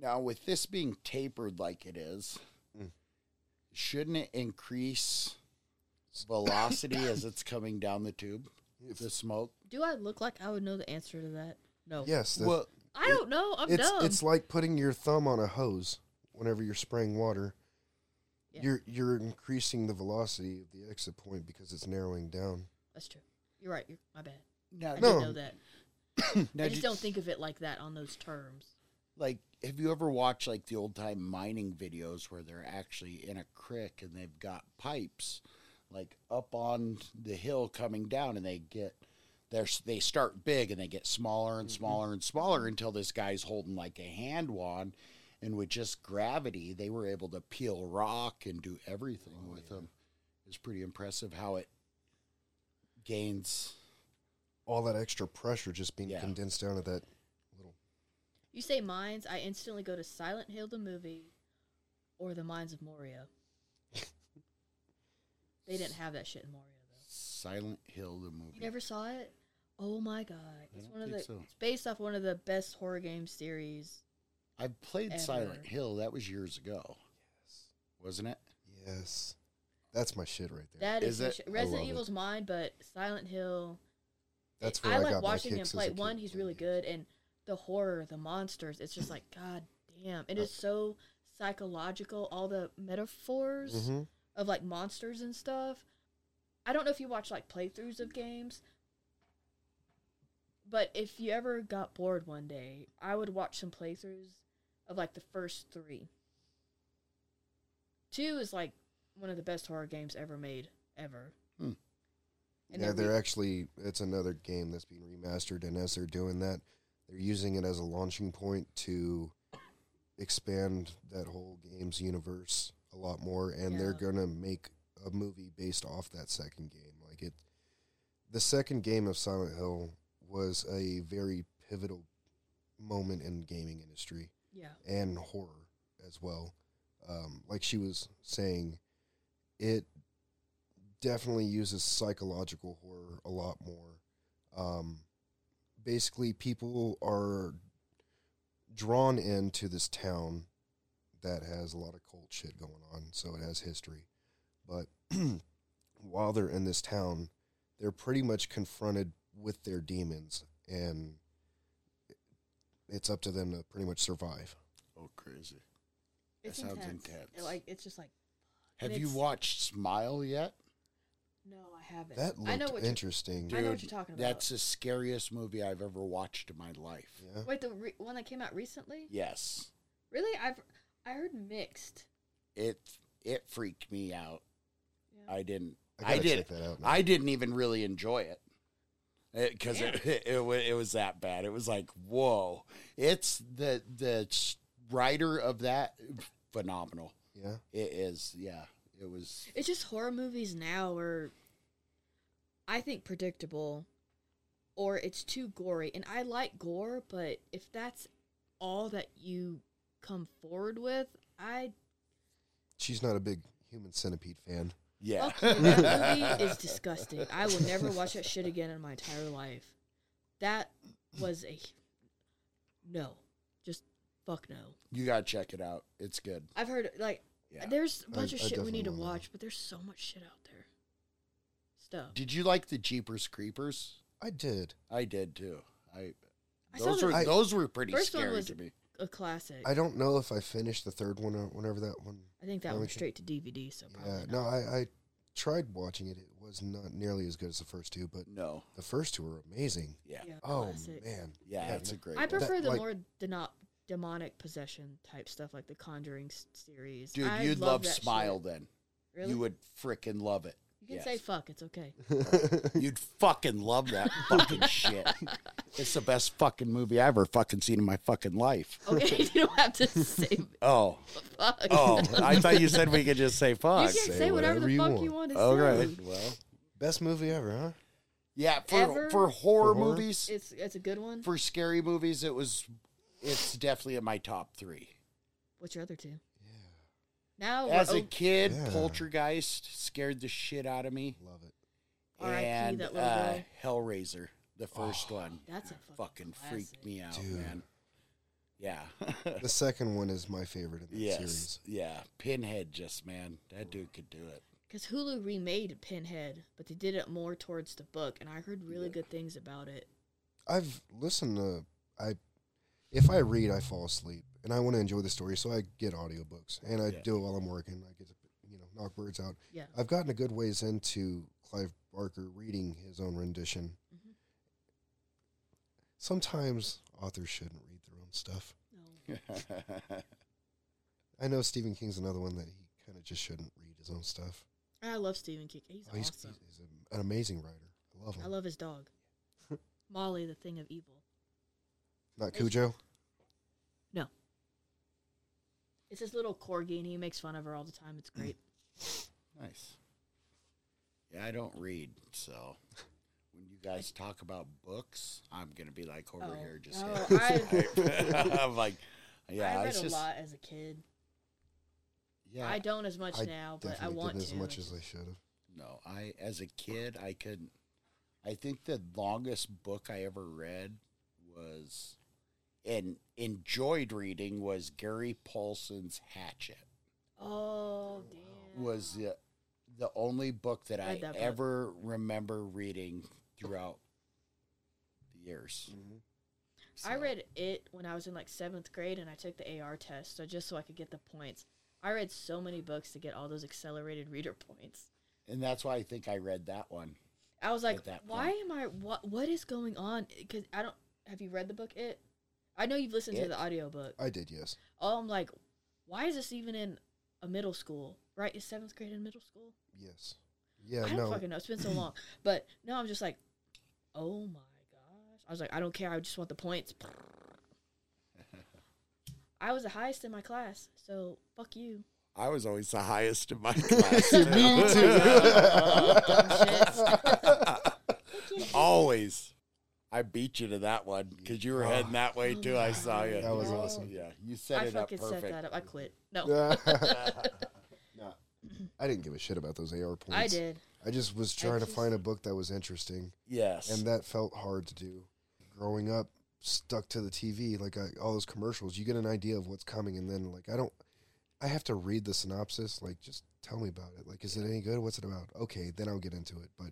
S2: Now, with this being tapered like it is,
S3: Mm.
S2: shouldn't it increase velocity as it's coming down the tube? The smoke.
S1: Do I look like I would know the answer to that? No.
S3: Yes, that,
S2: Well,
S1: I don't know. I'm
S3: it's
S1: dumb.
S3: it's like putting your thumb on a hose whenever you're spraying water.
S1: Yeah.
S3: You're you're increasing the velocity of the exit point because it's narrowing down.
S1: That's true. You're right. You're, my bad.
S2: now,
S1: I
S3: No.
S1: didn't know that.
S2: now
S1: I just
S2: do-
S1: don't think of it like that on those terms.
S2: Like, have you ever watched like the old time mining videos where they're actually in a creek and they've got pipes like up on the hill coming down and they get they're, they start big and they get smaller and smaller and smaller until this guy's holding like a hand wand and with just gravity they were able to peel rock and do everything with them it's pretty impressive how it gains
S3: All that extra pressure just being
S2: Yeah.
S3: condensed down to that little.
S1: You say mines, I instantly go to Silent Hill the movie or the Mines of
S3: <laughs>
S1: Moria. they didn't have that shit in Moria though.
S2: silent hill the movie
S1: You never saw it? Oh my god. It's
S2: don't
S1: one of the
S2: think so.
S1: it's based off one of the best horror game series.
S2: I've played
S1: ever.
S2: Silent Hill. That was years ago. Wasn't it?
S3: Yes, that's my shit right there.
S1: That is,
S2: Is
S1: the
S2: it?
S1: shit.
S3: I
S1: Resident
S3: love it.
S1: Evil's mine, but Silent Hill
S3: that's
S1: I-
S3: where
S1: I,
S3: I,
S1: like
S3: got
S1: watching
S3: my
S1: him
S3: kicks
S1: play.
S3: As a
S1: One,
S3: kid.
S1: he's really good, and the horror, the monsters, it's just like god damn. It is
S3: Uh,
S1: so psychological. All the metaphors
S3: Mhm.
S1: of like monsters and stuff. I don't know if you watch like playthroughs of games, but if you ever got bored one day, I would watch some playthroughs of like the first three. Two is like one of the best horror games ever made, ever.
S2: Hmm.
S1: And
S3: yeah,
S1: they're re-
S3: they're actually. It's another game that's being remastered, and as they're doing that, they're using it as a launching point to expand that whole game's universe a lot more. And they're
S1: Yeah.
S3: gonna make a movie based off that second game. Like it, the second game of Silent Hill was a very pivotal moment in gaming industry
S1: yeah.
S3: and horror as well. Um, like she was saying, it definitely uses psychological horror a lot more. Um, basically, people are drawn into this town that has a lot of cult shit going on, so it has history. But <clears throat> while they're in this town, they're pretty much confronted with their demons, and it's up to them to pretty much survive.
S2: Oh, crazy.
S1: It's
S2: That sounds
S1: intense.
S2: intense.
S1: It, like it's just like
S2: Have
S1: And
S2: you
S1: it's-
S2: watched Smile yet?
S1: no, I haven't.
S3: That looked
S1: I know what
S3: interesting.
S1: I know what you're talking about.
S2: That's the scariest movie I've ever watched in my life.
S3: Yeah.
S1: You're, wait, the re- one that came out recently?
S2: Yes.
S1: Really? I've I heard mixed.
S2: It it freaked me out.
S1: Yeah.
S2: I didn't
S3: I
S2: I,
S3: gotta
S2: did
S3: check that out now.
S2: I didn't even really enjoy it. Because it, <laughs> it, wa- it was that bad. It was like, whoa! It's the the s- writer of that phenomenal.
S3: Yeah.
S2: It is, yeah. It was
S1: It's just horror movies now are, I think, predictable, or it's too gory. And I like gore, but if that's all that you come forward with, I
S3: She's not a big human centipede fan.
S2: yeah.
S1: fuck you, that movie is disgusting. I will never watch that shit again in my entire life. That was a no, just fuck no.
S2: you gotta check it out. It's good.
S1: I've heard like
S2: Yeah.
S1: there's a
S3: I-
S1: bunch of
S3: I
S1: shit we need to
S3: definitely wanna.
S1: watch, but there's so much shit out there. Stuff.
S2: Did you like the Jeepers Creepers?
S3: I did.
S2: I did too. I
S1: I saw
S2: those
S1: the
S2: were
S3: I-
S2: those were pretty
S1: first one
S2: scary
S1: was-
S2: to me.
S1: a classic.
S3: I don't know if I finished the third one or whenever that one.
S1: I think that
S3: Well, we
S1: went
S3: can-
S1: straight to DVD, so probably
S3: Yeah.
S1: not.
S3: No, I, I tried watching it. It was not nearly as good as the first two, but
S2: No,
S3: the first two were amazing.
S2: yeah, yeah,
S1: Yeah,
S3: Oh
S1: classic.
S3: man.
S2: that's a great.
S1: I
S2: one.
S1: prefer
S3: That,
S1: the
S3: like-
S1: more deno- demonic possession type stuff, like the Conjuring s- series.
S2: dude.
S1: I
S2: you'd love,
S1: that
S2: Smile
S1: shit.
S2: then.
S1: Really?
S2: You would freaking love it.
S1: You can
S2: Yes. <laughs>
S1: say fuck. It's okay.
S2: You'd fucking love
S1: <laughs>
S2: that fucking shit. It's the best fucking movie I ever fucking seen in my fucking life.
S1: Okay, <laughs> you don't have to say <laughs>
S2: Oh,
S1: fuck. <laughs>
S2: oh! I thought you said we could just say
S1: you
S2: fuck.
S1: can say,
S3: say
S1: whatever,
S3: whatever
S1: the
S3: you
S1: fuck
S3: want.
S1: you want to
S2: Okay.
S1: say.
S2: Well,
S3: Best movie ever, huh?
S2: yeah. For
S1: Ever?
S2: for horror
S3: For horror?
S2: movies,
S1: It's it's a good one.
S2: for scary movies, it was. It's definitely in my top three.
S1: What's your other two? Now
S2: As
S1: we're
S2: a
S1: o-
S2: kid,
S3: Yeah.
S2: Poltergeist scared the shit out of me,
S3: Love it.
S1: R.I.P.
S2: and
S1: that little
S2: uh,
S1: girl.
S2: Hellraiser, the first one,
S1: that's a fucking,
S2: fucking freaked me out,
S3: Dude.
S2: man. Yeah, <laughs>
S3: The second one is my favorite in that
S2: yes,
S3: series.
S2: yeah. Pinhead, just man, that dude could do it. <laughs>
S1: Because Hulu remade Pinhead, but they did it more towards the book, and I heard really good things about it.
S3: I've listened to I if I read I fall asleep and I want to enjoy the story, so I get audiobooks and I
S2: Yeah.
S3: do it while I'm working. I get to you know, knock birds out.
S1: Yeah.
S3: I've gotten a good ways into Clive Barker reading his own rendition.
S1: Mhm.
S3: Sometimes authors shouldn't read their own stuff.
S1: No.
S3: I know Stephen King's another one that he kind of just shouldn't read his own stuff.
S1: I love Stephen King. He's
S3: Oh, he's,
S1: awesome.
S3: he's an amazing writer. I love him.
S1: I love his dog, Molly, the thing of evil.
S3: Not Cujo.
S1: It's this little corgi, and he makes fun of her all the time. It's great.
S2: nice. Yeah, I don't read, so when you guys talk about books, I'm gonna be like over
S1: Oh.
S2: here just.
S1: Oh,
S2: <laughs> I, am like, yeah,
S1: I read
S2: it's
S1: a
S2: just,
S1: lot as a kid.
S2: Yeah,
S1: I don't as much
S3: I
S1: now, but I
S3: Definitely
S1: want
S3: didn't as
S1: to.
S3: much as I should have.
S2: No, I as a kid I couldn't. I think the longest book I ever read was and enjoyed reading was Gary Paulson's Hatchet.
S1: oh damn!
S2: Was the, the only book that I
S1: Read that book.
S2: ever remember reading throughout the years.
S1: I
S2: So,
S1: read it when I was in like seventh grade, and I took the AR test, so just so I could get the points. I read so many books to get all those accelerated reader <laughs> points.
S2: and that's why I think I read that one.
S1: I was like,
S2: At that
S1: why am I? What What is going on? Because I don't. Have you read the book? It. I know you've listened
S2: It?
S1: to the audiobook.
S3: I did, yes.
S1: Oh, I'm like, why is this even in a middle school? Right? Is seventh grade in middle school?
S3: Yes. Yeah,
S1: I don't
S3: no. <laughs>
S1: fucking know. It's been so long. But no, I'm just like, oh my gosh. I was like, I don't care. I just want the
S3: <laughs>
S1: points. I was the highest in my class, so fuck you.
S2: <laughs> I was always the highest in
S3: <laughs>
S2: my class. <laughs>
S1: Dumb shits.
S2: <laughs> Always. I beat you to that one because you were heading that way too. I saw you.
S3: That was
S1: No.
S3: awesome.
S2: Oh. Yeah, you set
S1: I
S2: it up
S1: fucking
S2: perfect.
S1: set that up. I quit. No,
S3: <laughs>
S2: <laughs>
S3: Nah. I didn't give a shit about those AR points.
S1: I did.
S3: I just was trying to
S1: just-
S3: find a book that was interesting,
S2: Yes.
S3: and that felt hard to do. Growing up, stuck to the TV, like I, all those commercials, you get an idea of what's coming, and then like I don't, I have to read the synopsis. Like, just tell me about it. Like, is it any good? What's it about? Okay, then I'll get into it. But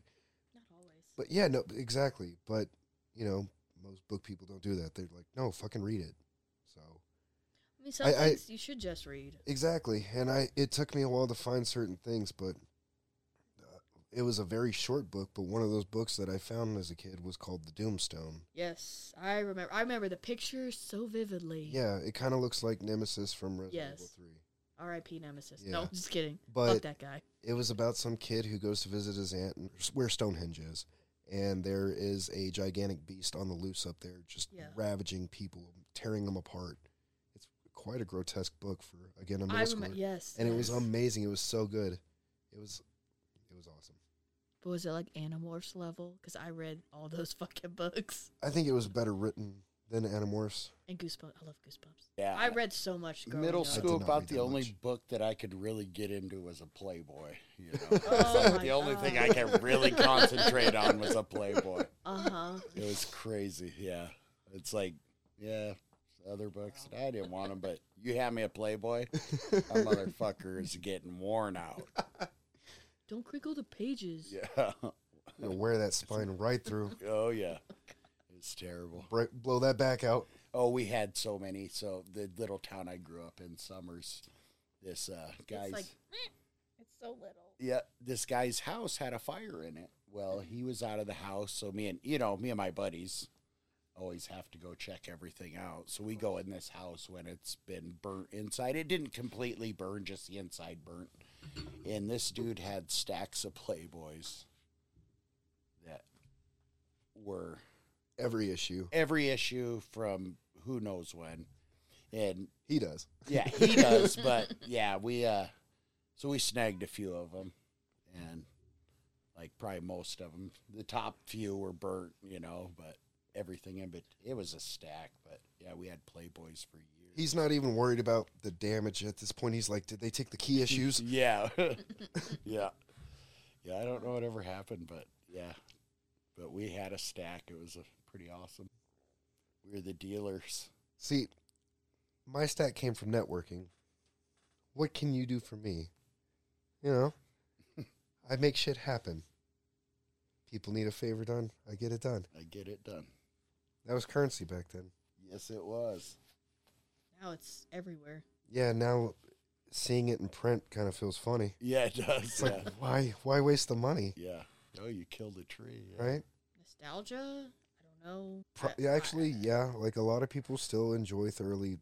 S1: Not always.
S3: but yeah, no, exactly. But you know, most book people don't do that. They're like, no, fucking read it. So
S1: I mean, some
S3: I- I-
S1: things you should just read.
S3: exactly, and I it took me a while to find certain things, but uh, it was a very short book. But one of those books that I found as a kid was called The Doomstone.
S1: Yes, I remember. I remember the picture so vividly.
S3: Yeah, it kind of looks like Nemesis from Resident Evil
S1: Yes.
S3: Three.
S1: R.I.P. Nemesis.
S3: Yeah.
S1: No, I'm just kidding. Fuck
S3: But
S1: that guy.
S3: it was about some kid who goes to visit his aunt and where Stonehenge is, and there is a gigantic beast on the loose up there, just
S1: Yeah.
S3: ravaging people, tearing them apart. It's quite a grotesque book for again a middle
S1: I
S3: schooler,
S1: remember. Yes.
S3: and it was
S1: yes.
S3: amazing. It was so good. It was, it was awesome.
S1: But was it like Animorphs level? Because I read all those <laughs> fucking books
S3: I think it was better written than Animorphs.
S1: and Goosebumps. I love Goosebumps.
S2: yeah.
S1: I read so much. Growing
S2: middle
S1: up.
S3: I did
S2: school.
S3: not
S2: About
S3: read
S2: the
S3: that
S2: only
S3: much.
S2: book that I could really get into was a Playboy. You know, <laughs>
S1: Oh
S2: That's
S1: my
S2: the only thing I <laughs>
S1: God.
S2: could
S3: <laughs>
S2: really concentrate on was a Playboy.
S1: Uh huh.
S2: It was crazy. Yeah, it's like yeah, other books I didn't want them, but you had me a Playboy. <laughs> That motherfucker is getting worn out.
S1: Don't crinkle the pages.
S2: Yeah.
S3: You know, wear that spine right through,
S2: <laughs> Oh yeah. It's terrible.
S3: bri- blow that back out.
S2: Oh, we had so many. So the little town I grew up in, Summers, this uh, guy's
S1: It's like
S5: eh, It's so little.
S2: yeah, this guy's house had a fire in it. Well, he was out of the house, so me and you know me and my buddies always have to go check everything out. So we go in this house when it's been burnt inside. It didn't completely burn, just the inside burnt. And this dude had stacks of Playboys that were
S3: Every issue,
S2: every issue from who knows when. And
S3: he does.
S2: yeah, he
S3: <laughs>
S2: does, but yeah, we uh so we snagged a few of them and like probably most of them. The top few were burnt, you know, but everything in but it was a stack, but yeah, we had Playboys for years.
S3: He's not even worried about the damage at this point. He's like, did they take the key
S2: <laughs>
S3: issues?
S2: yeah.
S3: <laughs>
S2: yeah. Yeah, I don't know what ever happened, but yeah. But we had a stack. It was a pretty awesome. We were the dealers.
S3: See, my stat came from networking. What can you do for me? You know, I make shit happen. People need a favor done. I get it done.
S2: I get it done.
S3: That was currency back then.
S2: Yes, it was.
S1: now it's everywhere.
S3: Yeah, now seeing it in print kind of feels funny.
S2: Yeah, it does.
S3: It's
S2: Yeah.
S3: like, why, why waste the money,
S2: yeah. Oh, you killed a tree. yeah.
S3: right?
S1: Nostalgia. I don't know.
S3: Pro-
S1: I-
S3: yeah, actually, yeah. Like a lot of people still enjoy thoroughly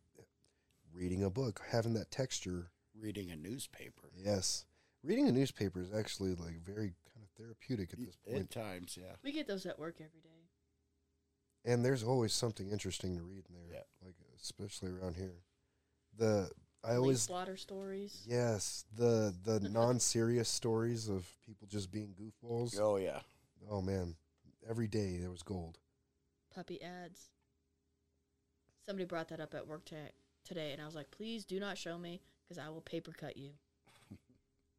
S3: reading a book, having that texture.
S2: Reading a newspaper.
S3: Yes, reading a newspaper is actually like very kind of therapeutic at this point.
S2: At times, yeah.
S1: we get those at work every day.
S3: and there's always something interesting to read in there.
S2: Yeah.
S3: Like especially around here, the I
S1: Police
S3: always
S1: slaughter stories.
S3: yes the the non serious stories of people just being goofballs.
S2: Oh, yeah.
S3: Oh man, every day there was gold.
S1: puppy ads. Somebody brought that up at work ta- today, and I was like, please do not show me because I will paper cut you.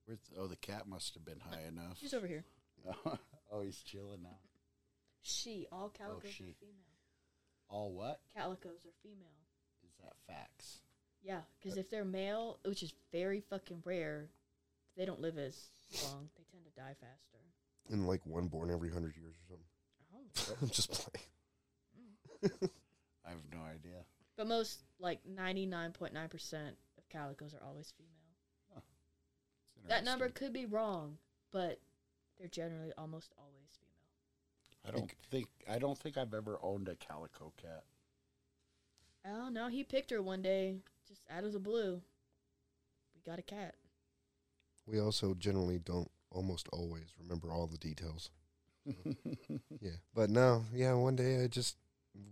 S2: Where's, oh, the cat must have been high enough.
S1: She's over here.
S2: <laughs> oh, he's chilling now.
S1: She, all calicos
S2: Oh, she.
S1: are female.
S2: All what?
S1: Calicos are female.
S2: Is that facts?
S1: Yeah, because if they're male, which is very fucking rare, they don't live as long. They tend to die faster.
S3: And like one born every hundred years or
S1: Oh.
S3: something. I'm <laughs> just playing.
S2: I have no idea.
S1: But most, like 99.9% of calicos are always female.
S2: It's
S1: That number
S2: interesting.
S1: could be wrong, but they're generally almost always female.
S2: I don't think I don't think I've ever owned a calico
S3: <laughs>
S2: cat.
S1: Oh no, he picked her one day, just out of the blue. We got a cat.
S3: We also generally don't almost always remember all the details. yeah, but no, yeah. One day I just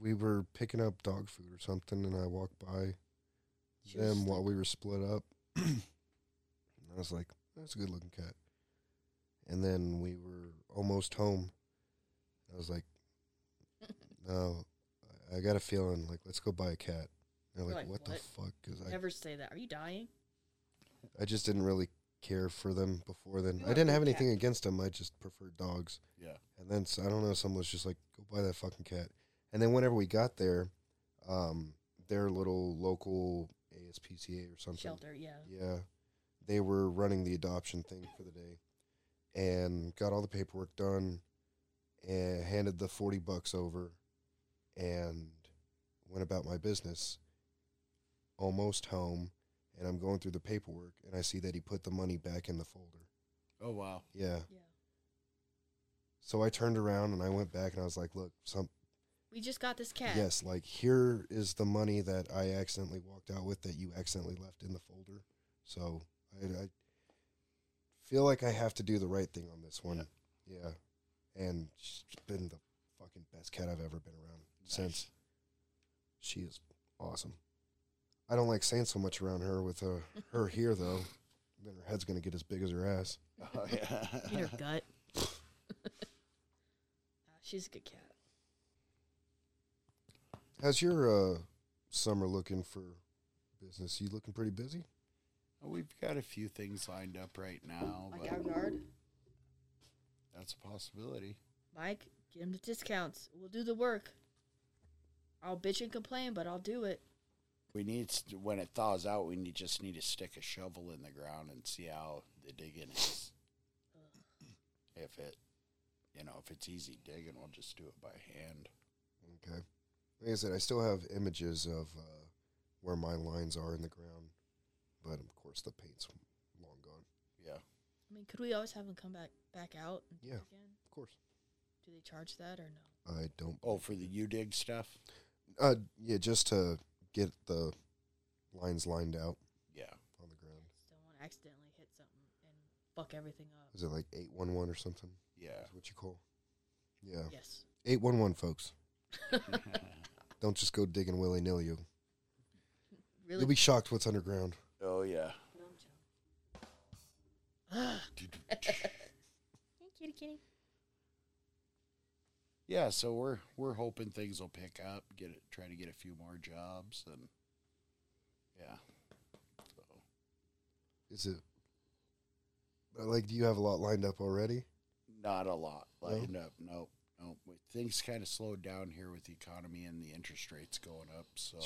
S3: we were picking up dog food or something, and I walked by
S1: She was
S3: them
S1: just
S3: while
S1: like,
S3: we were split up. <clears throat> and I was like, that's a good looking cat. And then we were almost home. I was like, no, I- I got a feeling like, let's go buy a cat. They're
S1: You're
S3: like,
S1: like,
S3: what, the
S1: "What?"
S3: fuck? Because I,
S1: never say that. Are you dying?
S3: I just didn't really care for them before then.
S5: We
S3: I
S5: love
S3: didn't
S5: your
S3: have
S5: cat.
S3: anything against them. I just preferred dogs.
S2: Yeah.
S3: And then so, I don't know. Someone was just like, "Go buy that fucking cat." And then whenever we got there, um, their little local ASPCA or something
S1: Shelter, yeah.
S3: yeah, they were running the adoption thing for the day, and got all the paperwork done, and handed the forty bucks over, and went about my business. Almost home, and I'm going through the paperwork, and I see that he put the money back in the folder.
S2: Oh
S3: <laughs>
S2: wow.
S3: Yeah.
S1: Yeah.
S3: So I turned around and I went back and I was like, "Look, some
S1: We just got this cat.
S3: yes, like here is the money that I accidentally walked out with that you accidentally left in the folder." So I, I feel like I have to do the right thing on this one. Yeah, and she's been the fucking best cat I've ever been around since. She is awesome. I don't like saying so much around her with uh, her here though. Then her head's gonna get as big as her ass.
S2: Oh,
S1: In her
S3: <laughs>
S2: yeah.
S1: gut. <laughs> Nah, she's a good cat.
S3: How's your uh, summer looking for business? You looking pretty busy?
S2: <laughs> We've got a few things lined up right
S3: Oh
S2: now,
S1: Like our
S2: but
S1: guard,
S2: that's a possibility.
S1: Mike, get him the discounts. We'll do the work. I'll bitch and complain, but I'll do it.
S2: We need s- when it thaws out. We need, just need to stick a shovel in the ground and see how the digging is.
S3: Uh.
S2: If it, you know, if it's easy digging, we'll just do it by hand.
S3: Okay. Like I said, I still have images of uh, where my lines are in the ground, but of course the paint's long gone.
S2: Yeah,
S1: I mean, could we always have them come back back out? And dig
S3: Yeah.
S1: Again?
S3: Of course.
S1: Do they charge that or no?
S3: I don't.
S2: Oh, for the U dig stuff?
S3: Uh, yeah, just to get the lines lined out
S2: Yeah.
S3: on the ground.
S1: Just don't want to accidentally hit something and fuck everything up.
S3: Is it like eight one one or something?
S2: Yeah.
S3: <laughs> Is what you call? Yeah,
S1: Yes.
S3: eight one one, folks. Don't just go digging willy nilly. You
S1: Really?
S3: you'll be shocked what's underground.
S2: oh, yeah.
S1: No, I'm joking.
S5: <laughs>
S1: Ugh.
S5: Hey, kitty, kitty.
S2: Yeah, so we're we're hoping things will pick up, get it try to get a few more jobs and yeah. So
S3: Is it? uh, Like, do you have a lot lined up already?
S2: not a lot
S3: No?
S2: lined up. Nope. Nope. But Things kind of slowed down here with the economy and the interest rates going up, so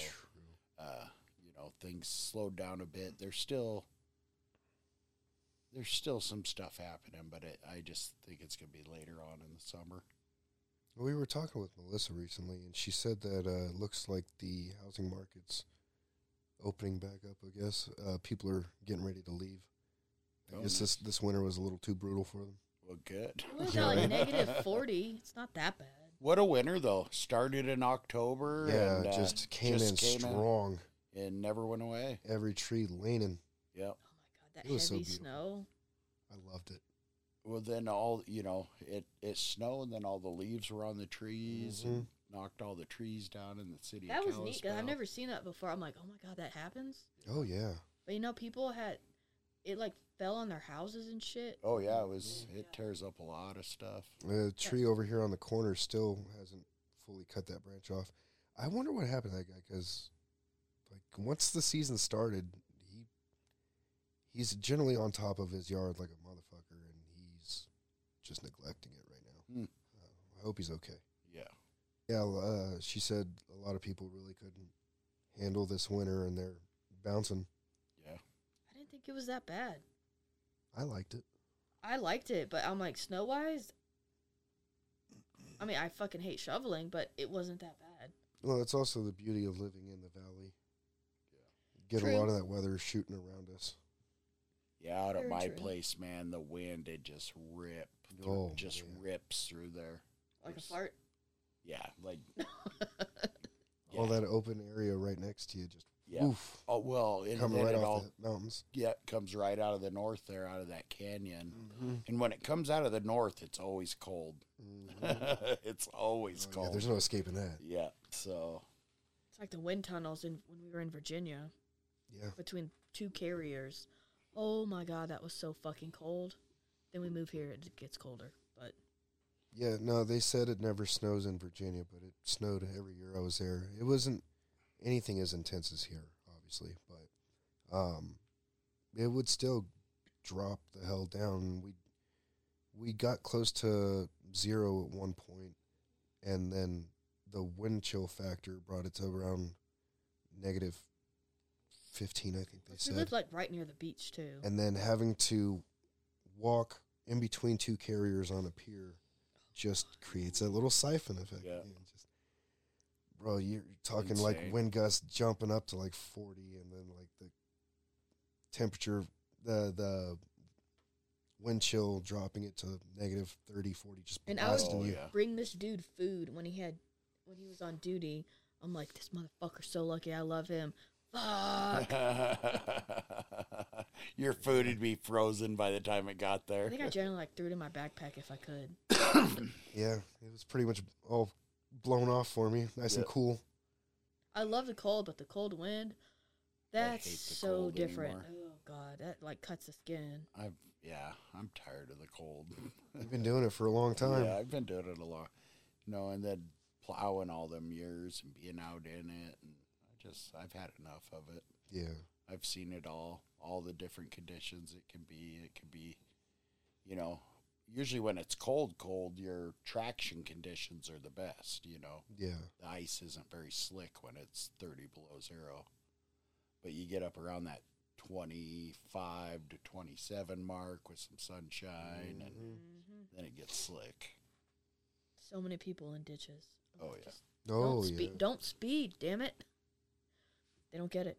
S2: uh, you know, things slowed down a bit. There's still there's still some stuff happening, but it, I just think it's going to be later on in the summer.
S3: We were talking with Melissa recently, and she said that uh, it looks like the housing market's opening back up. I guess uh, people are getting ready to leave. I
S2: Oh,
S3: guess
S2: nice.
S3: this this winter was a little too brutal for them.
S2: Well, good.
S1: It was
S2: <laughs>
S1: down like negative 40. It's not that bad.
S2: What a winter though! Started in October.
S3: Yeah,
S2: and, uh,
S3: just came in strong.
S2: and never went away.
S3: Every tree leaning.
S2: Yep.
S1: Oh my god, that
S3: It was so
S1: heavy
S3: beautiful.
S1: snow.
S3: I loved it.
S2: Well, then all you know, it it snowed, and then all the leaves were on the trees and
S3: Mm-hmm.
S2: knocked all the trees down in the city.
S1: That
S2: of
S1: was neat. 'cause
S2: Kalispell.
S1: I've never seen that before. I'm like, oh my god, that happens.
S3: Oh yeah,
S1: But you know, people had it like fell on their houses and shit.
S2: Oh yeah, it was. It tears up a lot of stuff.
S3: the tree over here on the corner still hasn't fully cut that branch off. I wonder what happened to that guy because, like, once the season started, he he's generally on top of his yard like a motherfucker, and he's just neglecting it right now.
S2: Hmm.
S3: Uh, I hope he's okay.
S2: Yeah.
S3: Yeah, uh, she said a lot of people really couldn't handle this winter, and they're bouncing.
S2: Yeah.
S1: I didn't think it was that bad.
S3: I liked it.
S1: I liked it, but I'm like snow wise. I mean, I fucking hate shoveling, but it wasn't that bad.
S3: Well, that's also the beauty of living in the valley. Get
S1: True.
S3: a lot of that weather shooting around us.
S2: Yeah, out at
S1: Very
S2: my
S1: true.
S2: place, man, the wind it just rip,
S3: Oh,
S2: just
S3: man.
S2: rips through there.
S1: Like a
S2: Yes.
S1: fart.
S2: Yeah, like
S3: All
S2: yeah,
S3: that open area right next to you just
S2: Yeah.
S3: oof,
S2: Oh well, and
S3: coming
S2: then
S3: right
S2: it
S3: off
S2: all
S3: the mountains.
S2: yeah it comes right out of the north there, out of that canyon.
S3: Mm-hmm.
S2: And when it comes out of the north, it's always cold.
S3: Mm-hmm.
S2: <laughs> it's always
S3: Oh, Yeah,
S2: cold.
S3: there's no escaping that.
S2: Yeah. So
S1: It's like the wind tunnels in when we were in Virginia
S3: Yeah,
S1: between two carriers. Oh my god, that was so fucking cold. Then we move here, it gets colder. But
S3: yeah. No, they said it never snows in Virginia, but it snowed every year I was there. It wasn't anything as intense as here, obviously, but um, it would still drop the hell down. We we got close to zero at one point, and then the wind chill factor brought it to around negative fifteen. I think they
S1: We
S3: said.
S1: lived like right near the beach too.
S3: and then having to walk in between two carriers on a pier just creates that little siphon effect.
S2: Yeah.
S3: man. Just- bro, you're talking like
S2: Insane.
S3: wind gusts jumping up to like 40 and then like the temperature, the, the wind chill dropping it to negative 30, 40, just
S1: And I was-
S3: blasting
S2: Oh,
S3: you.
S2: yeah.
S1: Bring this dude food when he had when he was on duty. I'm like, this motherfucker's so lucky. I love him. Fuck.
S2: <laughs> Your food would be frozen by the time it got
S1: I
S2: there.
S1: think I generally like threw it in my backpack if I could.
S3: Yeah, it was pretty much all blown off for me. Nice and
S2: Yeah.
S3: cool.
S1: I love the cold, but the cold wind, that's
S2: hate the
S1: so
S2: cold
S1: different.
S2: anymore.
S1: Oh god, that like cuts the skin.
S2: I've yeah, I'm tired of the cold.
S3: You've been doing it for a long time.
S2: Yeah, I've been doing it a lot. You know, and then plowing all them years and being out in it, and I just I've had enough of it.
S3: yeah.
S2: I've seen it all, all the different conditions it can be. It can be, you know, usually when it's cold, cold, your traction conditions are the best. You know,
S3: Yeah.
S2: the ice isn't very slick when it's 30 below zero. But you get up around that 25 to 27 mark with some sunshine,
S3: Mm-hmm.
S2: and
S1: hmm
S2: then it gets slick.
S1: So many people in ditches.
S2: Oh, yeah.
S1: just
S3: Oh,
S1: don't
S3: yeah.
S1: speed. Don't speed. Damn it. They don't get it.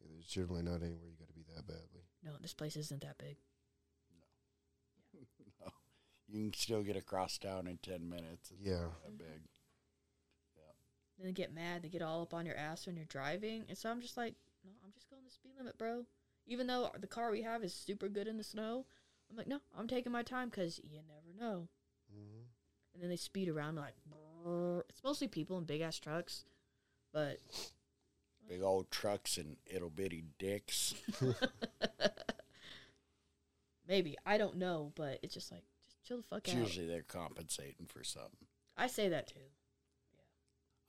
S3: Yeah, there's generally not anywhere you got to be that badly.
S1: No, this place isn't that big.
S2: You can still get across town in 10 minutes. It's
S3: Yeah.
S2: not that big.
S1: Then they get mad. They get all up on your ass when you're driving. And so I'm just like, no, I'm just going the speed limit, bro. Even though the car we have is super good in the snow, I'm like, no, I'm taking my time because you never know.
S3: Mm-hmm.
S1: And then they speed around like, brrr. it's mostly people in big ass trucks, but <laughs>
S2: Big old trucks and ittle bitty dicks.
S1: maybe I don't know. But it's just like, just chill the fuck
S2: It's
S1: out.
S2: usually they're compensating for something.
S1: I say that too.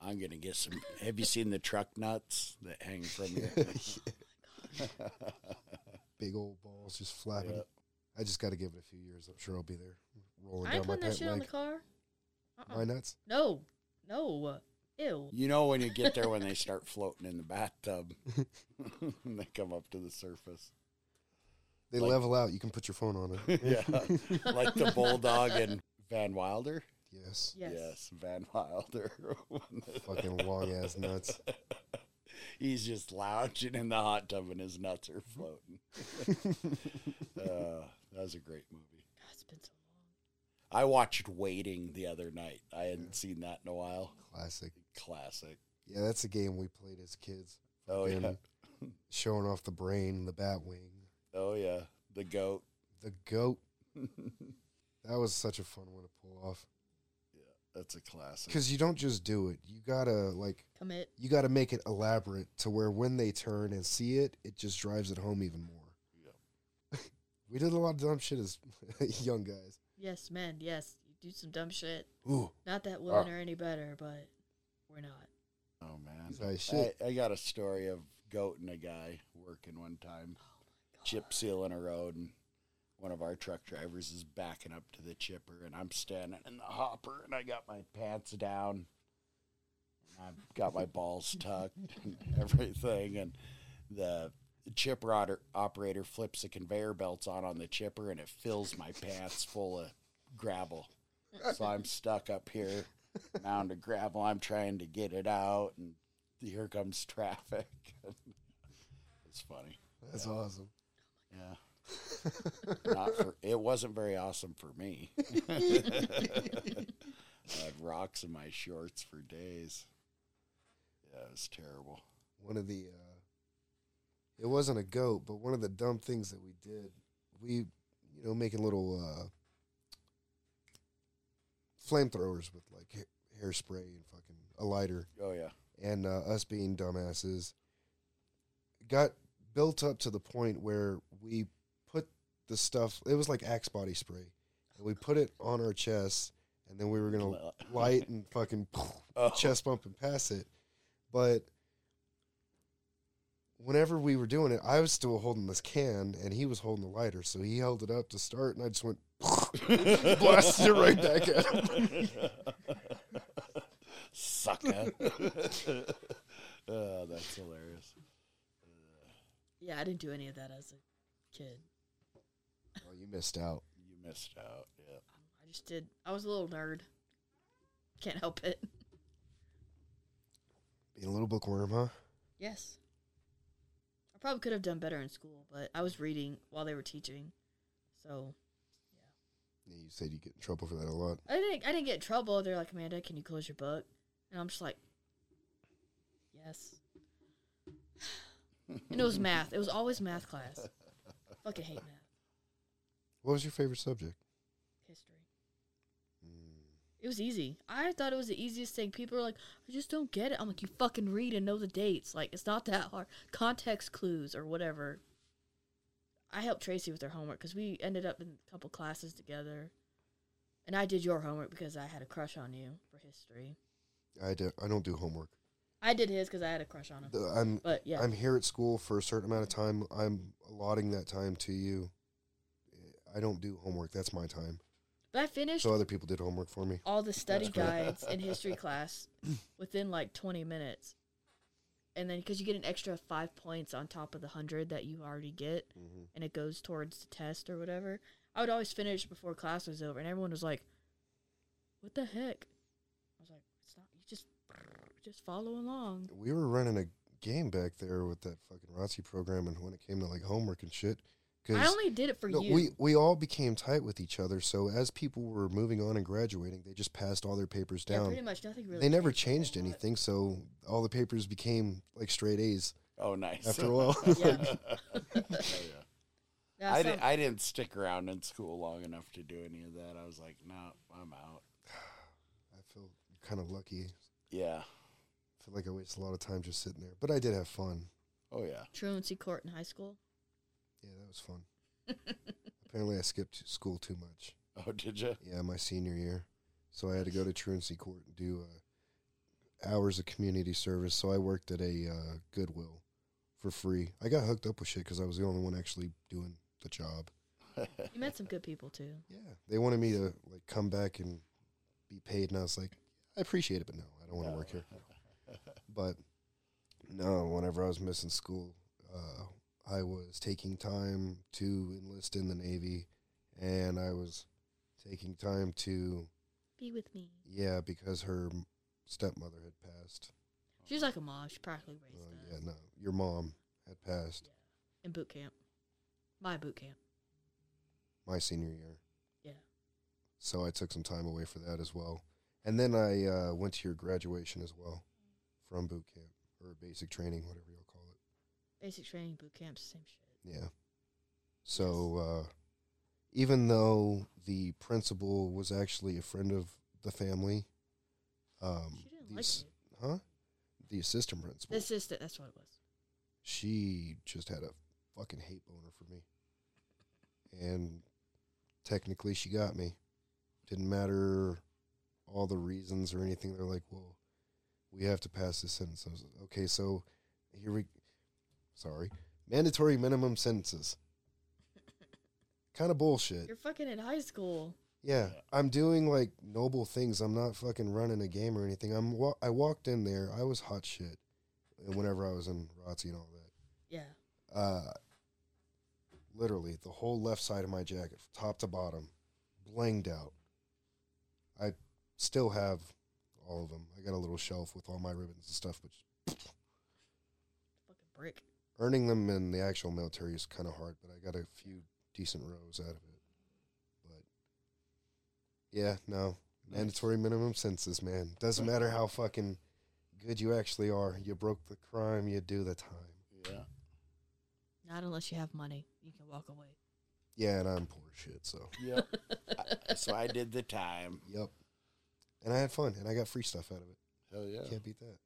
S2: I'm gonna get some. Have you seen the truck nuts that hang from your?
S3: <laughs> <laughs> Big old balls just flapping.
S2: Yep.
S3: I just got to give it a few years. I'm sure I'll be there rolling
S1: I ain't
S3: down my
S1: putting that
S3: pant
S1: shit on the
S3: leg.
S1: car. Uh-uh.
S3: My nuts.
S1: No, no, ew.
S2: You know when you get there when they start floating in the bathtub, <laughs> they come up to the surface.
S3: They
S2: Like-
S3: level out. You can put your phone on it.
S2: <laughs> yeah, like the bulldog and Van Wilder.
S3: <laughs> Yes.
S1: Yes.
S2: Van Wilder. <laughs>
S3: Fucking long ass nuts.
S2: He's just lounging in the hot tub and his nuts are floating. uh, that was a great movie.
S1: God, it's been so long.
S2: I watched Waiting the other night. I hadn't seen that in a while.
S3: Classic.
S2: Classic.
S3: Yeah, that's a game we played as kids.
S2: Oh yeah.
S3: Fucking Showing off the brain, the bat wing,
S2: Oh yeah. The goat.
S3: the
S2: <laughs>
S3: goat. That was such a fun one to pull off.
S2: That's a classic.
S3: Because you don't just do it. You gotta like
S1: Commit.
S3: you got to make it elaborate to where when they turn and see it, it just drives it home even more.
S2: Yep.
S3: <laughs> we did a lot of dumb shit as <laughs> young guys.
S1: Yes, men. Yes, you do some dumb shit.
S3: Ooh,
S1: Not that women are any better, but we're not.
S2: Oh man.
S3: He's like, "Shit."
S2: I, I got a story of goat and a guy working one time, chip sealing a road, and one of our truck drivers is backing up to the chipper, and I'm standing in the hopper, and I got my pants down, and I've got my balls tucked <laughs> and everything, and the chipper otter- operator flips the conveyor belts on on the chipper, and it fills my pants full of gravel. So I'm stuck up here, mound of gravel. I'm trying to get it out, and here comes traffic. <laughs> it's funny.
S3: that's awesome.
S2: Yeah. Not for, it wasn't very awesome for me. I had rocks in my shorts for days. Yeah, it was terrible.
S3: One of the uh, it wasn't a goat, but one of the dumb things that we did, we you know making little uh, flamethrowers with like ha- hairspray and fucking a lighter.
S2: Oh yeah.
S3: and uh, us being dumbasses got built up to the point where we put the stuff it was like axe body spray and we put it on our chest and then we were gonna
S2: <laughs>
S3: light and fucking <laughs>
S2: Oh.
S3: chest bump and pass it but whenever we were doing it, I was still holding this can and he was holding the lighter. So he held it up to start and I just went, <laughs> blasted it right back at <laughs> him.
S2: Sucker. <laughs> oh, that's hilarious.
S1: Yeah, I didn't do any of that as a kid.
S3: Oh, you missed out.
S2: You missed out. Yeah.
S1: I just did. I was a little nerd. Can't help it.
S3: Being a little bookworm, huh?
S1: Yes. I probably could have done better in school, but I was reading while they were teaching. So
S3: Yeah, you said you get in trouble for that a lot.
S1: I didn't I didn't get in trouble. They're like, Amanda, can you close your book? And I'm just like Yes. <sighs> and it was math. It was always math class. Fucking hate math.
S3: What was your favorite subject?
S1: History. It was easy. I thought it was the easiest thing. People are like, I just don't get it. I'm like, you fucking read and know the dates. Like, it's not that hard. Context clues or whatever. I helped Tracy with her homework because we ended up in a couple classes together. And I did your homework because I had a crush on you for history.
S3: I, do, I don't do homework.
S1: I did his because I had a crush on him.
S3: The- I'm
S1: But yeah,
S3: I'm here at school for a certain amount of time. I'm allotting that time to you. I don't do homework. That's my time.
S1: but I finished
S3: So other people did homework for me.
S1: all the study guides in history
S3: <laughs>
S1: class within like 20 minutes. And then because you get an extra five points on top of the 100 that you already get,
S3: Mm-hmm.
S1: and it goes towards the test or whatever, I would always finish before class was over. And everyone was like, what the heck? I was like, it's not, you just, just follow along.
S3: We were running a game back there with that fucking ROTC program, and when it came to like homework and shit,
S1: I only did it for
S3: no,
S1: you.
S3: we we all became tight with each other. So as people were moving on and graduating, they just passed all their papers
S1: yeah,
S3: down.
S1: pretty much nothing really.
S3: they never
S1: changed
S3: changed
S1: a whole lot.
S3: anything, so all the papers became like straight A's
S2: Oh, nice.
S3: after a while. <laughs>
S1: Yeah.
S2: <laughs> Oh, yeah.
S1: That's
S2: I,
S1: not-
S2: did, I didn't stick around in school long enough to do any of that. I was like, no, I'm out.
S3: I feel kind of lucky.
S2: Yeah.
S3: I feel like I waste a lot of time just sitting there, but I did have fun.
S2: Oh, yeah. <laughs>
S1: truancy court in high school.
S3: Yeah, that was fun. Apparently, I skipped school too much.
S2: Oh, did you? <laughs>
S3: Yeah, my senior year, so I had to go to truancy court and do uh, hours of community service. So I worked at a uh, Goodwill for free. I got hooked up with shit because I was the only one actually doing the job.
S1: You met some good people too.
S3: Yeah, they wanted me to like come back and be paid, and I was like, I appreciate it, but no, I don't want to work here. But no, whenever I was missing school, uh, I was taking time to enlist in the Navy, and I was taking time to
S5: Be with me.
S3: yeah because her m- stepmother had passed.
S1: She was like a mom. She practically raised
S3: Uh,
S1: us
S3: yeah, no, your mom had passed
S1: in boot camp. My boot camp.
S3: my senior year.
S1: Yeah.
S3: so I took some time away for that as well. And then I uh, went to your graduation as well from boot camp or basic training, whatever you'll call it.
S1: Basic training, boot camp, same shit.
S3: Yeah. So uh, even though the principal was actually a friend of the family, um,
S1: She didn't
S3: the
S1: like
S3: ass-
S1: it.
S3: huh? The assistant principal,
S1: This is the- that's what it was.
S3: she just had a fucking hate boner for me, and technically she got me. Didn't matter all the reasons or anything. They're like, well, we have to pass this sentence. I was like, okay, so here we, sorry, mandatory minimum sentences. kind of bullshit.
S1: You're fucking in high school.
S3: Yeah, I'm doing like noble things. I'm not fucking running a game or anything. I'm wa- I walked in there. I was hot shit. Whenever I was in ROTC and all that
S1: Yeah.
S3: uh, literally the whole left side of my jacket, top to bottom, blinged out. I still have all of them. I got a little shelf with all my ribbons and stuff, which
S1: Fucking brick.
S3: earning them in the actual military is kind of hard, but I got a few decent rows out of it. But yeah, no. Mandatory minimum census, man. Doesn't matter how fucking good you actually are. You broke the crime, you do the time.
S2: Yeah.
S1: Not unless you have money. You can walk away.
S3: Yeah, and I'm poor as shit, so.
S2: Yep. I- so I did the time.
S3: Yep. And I had fun, and I got free stuff out of it.
S2: Hell yeah.
S3: Can't beat that.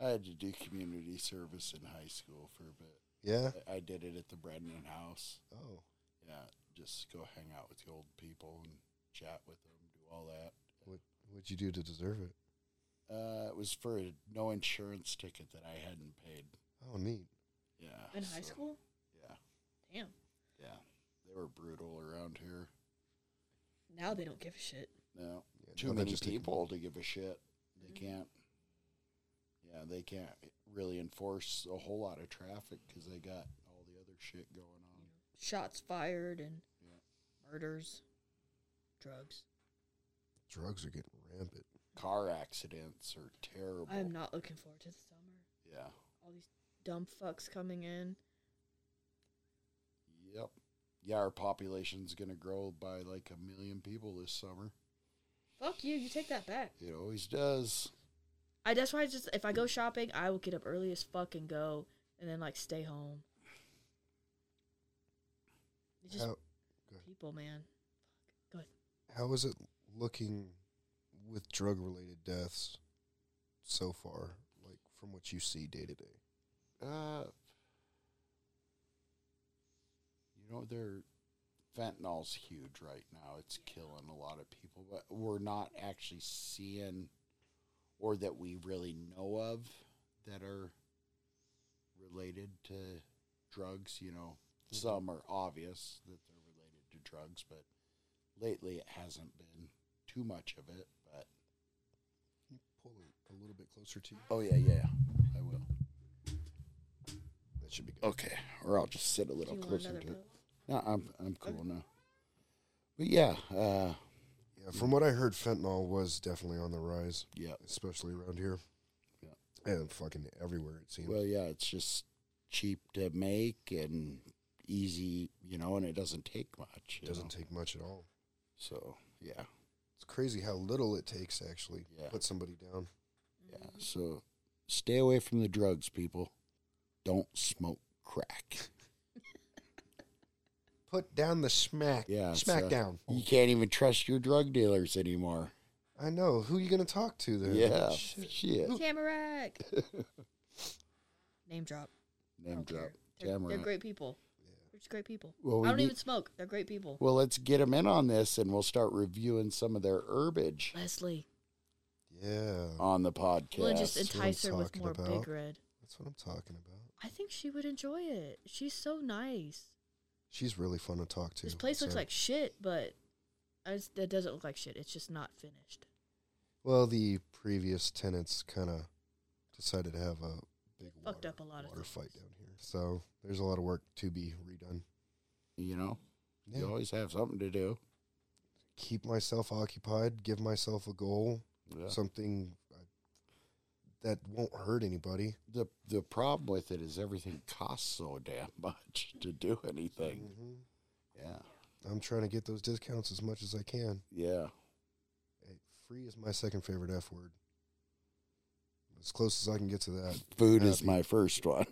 S2: I had to do community service in high school for a bit.
S3: Yeah.
S2: I, I did it at the Brendan house.
S3: Oh,
S2: Yeah. Just go hang out with the old people and chat with them, do all that.
S3: what'd you do to deserve it?
S2: Uh, it was for a no insurance ticket that I hadn't paid.
S3: Oh, neat.
S2: Yeah.
S1: in high
S2: so,
S1: school.
S2: Yeah.
S1: Damn.
S2: Yeah. They were brutal around here.
S1: Now they don't give a shit.
S2: No.
S3: Yeah,
S2: Too
S3: now they're
S2: many
S3: just taking-
S2: people to give a shit. They
S1: Mhm.
S2: can't. Yeah, they can't really enforce a whole lot of traffic because they got all the other shit going on.
S1: Shots fired and
S2: Yeah.
S1: murders, drugs.
S3: drugs are getting rampant.
S2: Car accidents are terrible.
S1: I am not looking forward to the summer.
S2: Yeah.
S1: All these dumb fucks coming in.
S2: Yep. Yeah, our population's gonna grow by like a million people this summer.
S1: Fuck you. You take that back.
S2: It always does.
S1: I. That's why I just if I go shopping, I will get up early as fuck and go, and then like stay home. It's just
S3: How,
S1: people, man.
S3: how is it looking with drug related deaths so far? Like from what you see day to day.
S2: Uh, you know, they're fentanyl's huge right now. It's killing a lot of people, but we're not actually seeing, or that we really know of, that are related to drugs. You know, some are obvious that they're related to drugs, but lately it hasn't been too much of it. But
S3: Can you pull it a little bit closer to you?
S2: oh yeah, yeah, I will.
S3: That should be good.
S2: Okay, or I'll just sit a
S1: Do
S2: little
S1: you want
S2: closer
S1: another
S2: to it.
S1: Coke?
S2: No, I'm I'm cool now. But yeah, uh,
S3: Yeah, from what I heard, fentanyl was definitely on the rise,
S2: yeah.
S3: especially around here.
S2: Yeah.
S3: And fucking everywhere it seems.
S2: Well, yeah, it's just cheap to make and easy, you know, and it doesn't take much.
S3: it
S2: you
S3: doesn't
S2: know.
S3: take much at all.
S2: So yeah,
S3: It's crazy how little it takes to actually
S2: Yeah.
S3: put somebody down.
S2: yeah.
S1: Mm-hmm.
S2: So stay away from the drugs, people. Don't smoke <laughs> crack.
S3: Put down the smack.
S2: Yeah, it's,
S3: Smack
S2: uh,
S3: down.
S2: You can't even trust your drug dealers anymore.
S3: I know. Who you going to talk to there?
S2: Yeah,
S3: Shit.
S2: shit.
S1: Mm-hmm. Tamarack. Name drop. I
S2: Name
S1: don't
S2: drop.
S1: care. They're, they're
S2: Tamarack.
S1: great people. They're just great people.
S2: Well, we
S1: I don't
S2: need-
S1: even smoke. They're great people.
S2: Well, let's get them in on this, and we'll start reviewing some of their herbage
S1: Leslie.
S3: Yeah.
S2: on the podcast.
S1: We'll just
S3: that's what I'm
S1: entice her with
S3: talking
S1: more
S3: about.
S1: Big Red.
S3: That's what I'm talking about.
S1: I think she would enjoy it. She's so nice.
S3: She's really fun to talk to.
S1: This place looks
S3: so-
S1: like shit, but I just, that doesn't look like shit. It's just not finished.
S3: Well, the previous tenants kind of decided to have a big
S1: Fucked
S3: water,
S1: up a lot of
S3: water
S1: things.
S3: fight down here. So there's a lot of work to be redone.
S2: you know,
S3: Yeah.
S2: you always have something to do.
S3: Keep myself occupied. Give myself a goal.
S2: Yeah.
S3: Something I, that won't hurt anybody.
S2: the the problem with it is everything costs so damn <laughs> much to do anything.
S3: Mhm.
S2: Yeah,
S3: I'm trying to get those discounts as much as I can.
S2: yeah,
S3: Eh, Free is my second favorite F word. As close as I can get to that.
S2: food is
S3: Happy.
S2: my first one.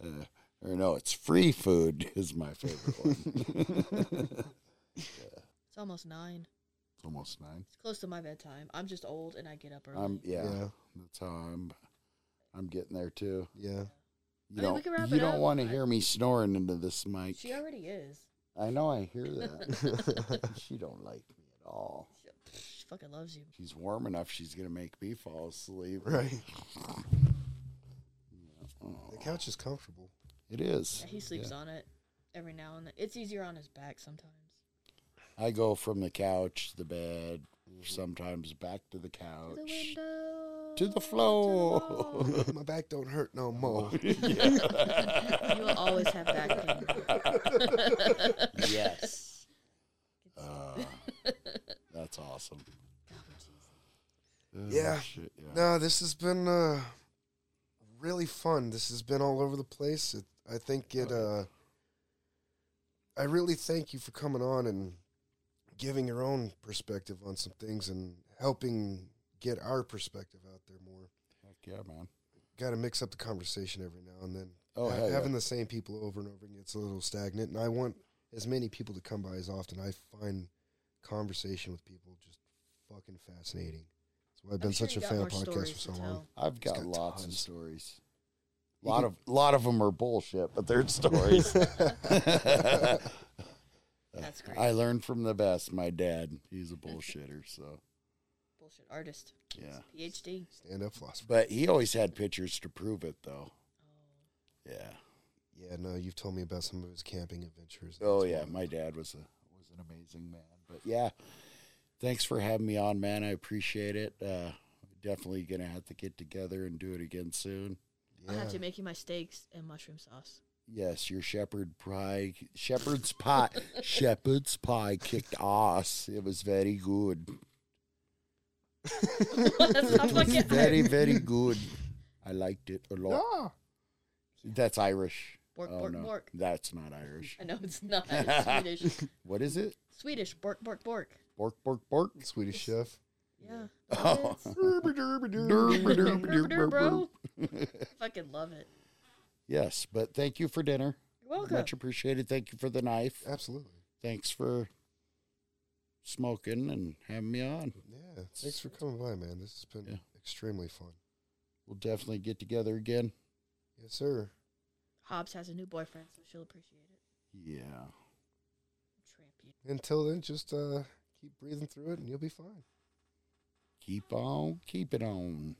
S2: Uh, <laughs> or no, it's free food is my favorite <laughs> one.
S1: It's almost nine.
S2: it's almost nine.
S1: It's close to my bedtime. I'm just old and I get up early.
S2: I'm yeah,
S3: Yeah.
S2: That's how I'm. I'm getting there too.
S3: Yeah.
S2: You
S1: I mean, we can wrap
S2: don't. You
S1: it
S2: don't
S1: up.
S2: want to
S1: I-
S2: hear me snoring into this mic.
S1: she already is.
S2: I know. I hear that.
S1: <laughs>
S2: <laughs> she don't like me at all.
S1: She, she fucking loves you.
S2: She's warm enough. She's gonna make me fall asleep.
S3: <laughs> Right.
S2: Oh,
S3: The couch is comfortable.
S2: it is.
S1: Yeah, he sleeps on it every now and then. It's easier on his back sometimes.
S2: I go from the couch, the bed, sometimes back to the couch,
S1: To the window.
S2: to the floor.
S1: <laughs> wall.
S3: <laughs> My back don't hurt no more.
S1: you will always have
S3: <laughs>
S1: back pain.
S2: yes. <laughs> Uh, that's awesome. Oh,
S3: Yeah.
S2: shit, <laughs> yeah.
S3: No, this has been uh, really fun. This has been all over the place. It, I think it. Uh, I really thank you for coming on and giving your own perspective on some things and helping get our perspective out there more.
S2: Heck yeah, man.
S3: Got to mix up the conversation every now and then.
S2: Oh,
S3: Ha-
S2: hell yeah.
S3: having the same people over and over gets a little stagnant, and I want as many people to come by as often. I find conversation with people just fucking fascinating. That's why I've been
S1: I'm sure
S3: such
S1: you
S3: a
S1: got
S3: fan
S1: more
S3: of podcasts
S1: stories
S3: for
S1: to
S3: so long.
S1: tell.
S2: I've got,
S3: got
S2: lots
S3: tons.
S2: of stories.
S3: You
S2: lot
S3: could-
S2: of lot of them are bullshit, but <laughs> they're stories.
S1: That's great.
S2: I learned from the best. My dad, he's a bullshitter, so
S1: Bullshit artist.
S2: Yeah.
S1: PhD.
S3: Stand up philosopher.
S2: But he always had pictures to prove it, though.
S1: Oh.
S2: Yeah.
S3: Yeah, no, you've told me about some of his camping adventures.
S2: Oh yeah, my dad was a was an amazing man. But yeah, thanks for having me on, man. I appreciate it. Uh, definitely gonna have to get together and do it again soon.
S1: I'll <laughs>
S3: Yeah.
S1: have to make you my steaks and mushroom sauce. <laughs>
S2: Yes, your shepherd pie, shepherd's pie, shepherd's pie kicked ass. It was very good,
S1: That's not fucking
S2: very very good. I liked it a lot.
S3: <laughs> Ah.
S2: That's Irish.
S1: <laughs> Bork,
S2: oh
S1: bork,
S2: no,
S1: bork.
S2: that's not Irish.
S1: I know it's
S3: <laughs>
S1: not It's Swedish.
S2: What is it?
S1: Swedish. Bork, bork, bork.
S2: Bork bork bork.
S3: Swedish chef.
S1: <laughs> Yeah.
S2: Oh.
S3: <laughs>
S1: It's-
S2: Derp, derp, derp,
S1: Remember,
S2: derp,
S1: bro.
S2: derp.
S1: Fucking love it.
S2: Yes, but thank you for dinner.
S1: You're welcome.
S2: Much appreciated. Thank you for the knife.
S3: Absolutely.
S2: Thanks for smoking and having me on.
S3: Yeah. Thanks for coming by, man. This has been
S2: Yeah.
S3: extremely fun.
S2: We'll definitely get together again.
S3: Yes, sir.
S1: Hobbs has a new boyfriend, so she'll appreciate it.
S2: Yeah.
S1: Tramp you.
S3: Until then, just uh, keep breathing through it and you'll be fine.
S2: Keep on, keep it on.